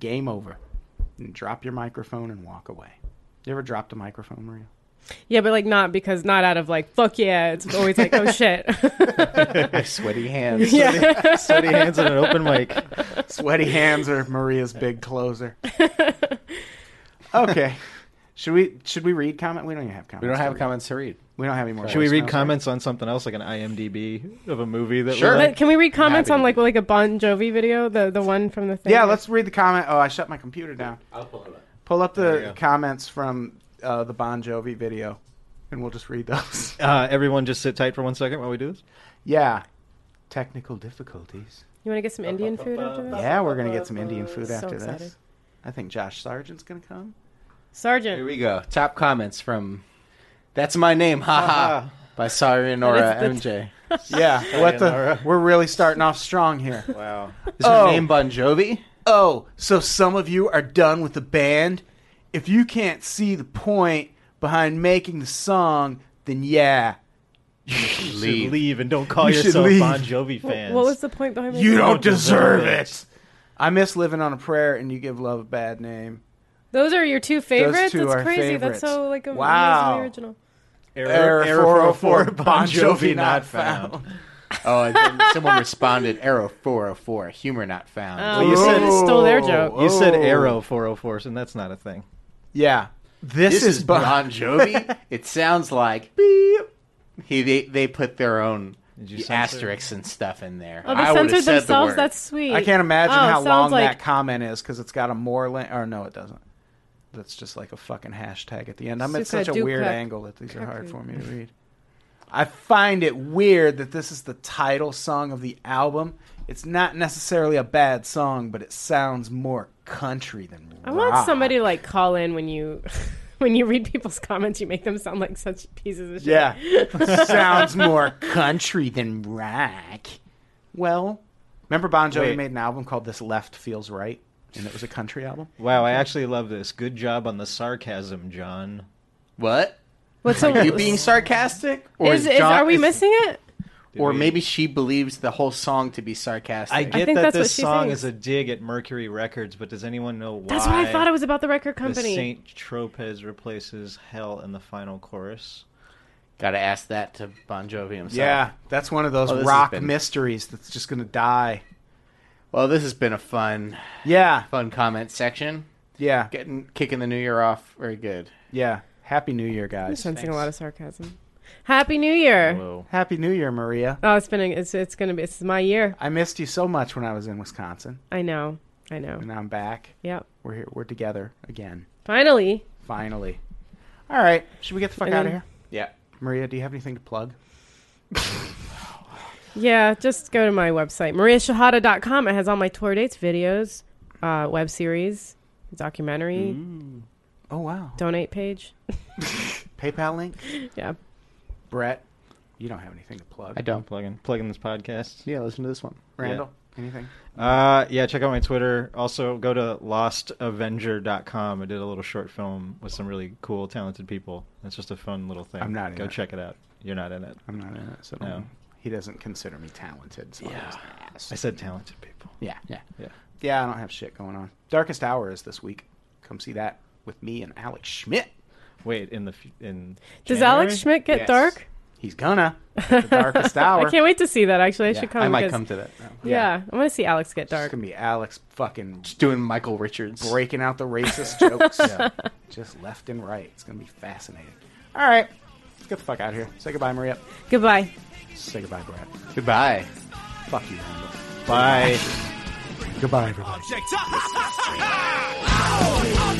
D: Game over. And drop your microphone and walk away. You ever dropped a microphone, Maria?
C: Yeah, but like not because not out of like fuck yeah. It's always like oh shit.
F: sweaty hands.
C: Yeah.
E: Sweaty hands in an open mic.
D: Sweaty hands are Maria's big closer. Okay. Should we should we read comment? We don't even have comments.
F: We don't
D: do
F: have comments to read.
D: We don't have any more.
E: Should we read
D: voicemails,
E: comments on something else, like an IMDb of a movie that? we
C: But
E: like?
C: Can we read comments
E: Happy
C: on like like a Bon Jovi video, the the one from the
D: right?
C: thing?
D: Yeah, let's read the comment. Oh, I shut my computer down.
F: I'll pull it up.
D: Pull up
E: There you
D: the
E: go.
D: comments from uh, the Bon Jovi video, and we'll just read those.
E: Uh, everyone, just sit tight for one second while we do this.
D: yeah. Technical difficulties.
C: You want to get some Indian food after this?
D: Yeah, we're gonna get some Indian food
C: Uh, So
D: after
C: excited.
D: this. I think Josh Sargent's gonna come.
C: Sergeant.
F: Here we go. Top comments from That's My Name, haha, by Sari Nora
D: That is
F: MJ.
D: Yeah, what the? We're really starting off strong here.
F: Wow. Is
D: Oh.
F: her name Bon Jovi?
D: Oh, so some of you are done with the band? If you can't see the point behind making the song, then yeah,
E: You should leave and don't call
D: You should
E: yourself
D: leave.
E: Bon Jovi fans.
C: What was the point behind making
D: you don't
C: that?
D: deserve it. I miss living on a prayer, and you give love a bad name.
C: Those are your two favorites.
D: two
C: That's
D: are
C: crazy.
D: favorites.
C: That's so like a
D: Wow.
C: amazingly original.
D: Error 404, Bon Jovi not
F: Oh, and then someone responded, Arrow 404, humor not found.
C: Oh, you said stole their joke.
E: You said Arrow 404, and that's not a thing.
D: Yeah, this,
F: this
D: is,
F: is
D: Bon-
F: Bon Jovi. it sounds like beep. He they, they put their own asterisks and stuff in there.
C: Oh, they
F: I would've
C: censored
F: said the
C: themselves.
F: word.
C: That's sweet.
D: I can't imagine
C: Oh,
D: how
C: sounds
D: long
C: like
D: that comment is because it's got a Moreland. Or no, it doesn't. That's just like a fucking hashtag at the end. I'm at
C: Suka
D: such a weird
C: duka
D: angle that these are hard
C: kaku.
D: for me to read. I find it weird that this is the title song of the album. It's not necessarily a bad song, but it sounds more country than rock.
C: I want somebody to like call in when you when you read people's comments, you make them sound like such pieces of shit.
D: Yeah, sounds more country than rock. Well, remember Bon Jovi
E: Wait.
D: made an album called "This Left Feels Right," and it was a country album.
E: Wow, I actually love this. Good job on the sarcasm, John.
F: What?
C: What's so
F: Are you being sarcastic?
C: Oh. is, is,
F: John-
C: are we
F: is-
C: missing it?
F: Or maybe she believes the whole song to be sarcastic.
E: I get
C: think
E: that
C: that's what
E: this
C: she
E: song
C: thinks.
E: is a dig at Mercury Records, but does anyone know why?
C: That's what I thought it was about the record company.
E: The Saint Tropez replaces Hell in the final chorus.
F: Gotta ask that to Bon Jovi himself.
D: Yeah, that's one of those
F: Oh, this has
D: rock
F: been-
D: mysteries that's just going to die.
F: Well, this has been a fun,
D: Yeah,
F: fun comment section.
D: yeah,
F: Getting kicking the new year off very good.
D: yeah. Happy New Year,
C: I'm
D: guys.
C: sensing a lot of sarcasm. Happy New Year!
E: Whoa.
D: Happy New Year, Maria.
C: Oh, it's been a, it's it's gonna be it's my year.
D: I missed you so much when I was in Wisconsin,
C: I know, I know.
D: and I'm back.
C: Yep.
D: We're here. We're together again.
C: Finally,
D: Finally. All right. Should we get the fuck
C: And
D: out of
C: then-
D: here?
F: Yeah.
D: Maria, do you have anything to plug?
C: Yeah, just go to my website, mariashahada.com. It has all my tour dates, videos, uh, web series, documentary.
D: Oh, wow.
C: Donate page.
D: PayPal link?
C: Yeah.
D: Brett, you don't have anything to plug.
E: I don't plug in plug in this podcast.
F: Yeah, listen to this one.
D: Randall, anything?
E: Uh, yeah, check out my Twitter. Also, go to lostavenger.com. I did a little short film with some really cool, talented people. It's just a fun little thing.
D: I'm not in
E: Go
D: it.
E: check it out. You're not in it.
D: I'm not in it. So
E: No.
D: don't- he doesn't consider me talented. So yeah.
E: I said talented people.
D: Yeah, yeah,
E: Yeah.
D: yeah. I don't have shit going on. Darkest Hour is this week. Come see that with me and Alex Schmidt.
E: Wait, in the fu- in
C: Does
E: January?
C: Alex Schmidt get
D: Yes.
C: dark?
D: He's gonna at the Darkest Hour.
C: I can't wait to see that, actually. I
D: Yeah,
C: should come.
D: I might
C: 'cause-
D: come to that.
C: Yeah, I want to see Alex get
D: It's
C: dark.
D: gonna be Alex fucking
F: Just doing Michael Richards.
D: breaking out the racist jokes, just left and right. It's gonna be fascinating. All right, let's get the fuck out of here. Say goodbye, Maria.
C: Goodbye.
D: Say goodbye, Brad.
F: Goodbye.
D: Fuck you, Randall.
F: Bye.
D: Goodbye, everybody.
N: Object.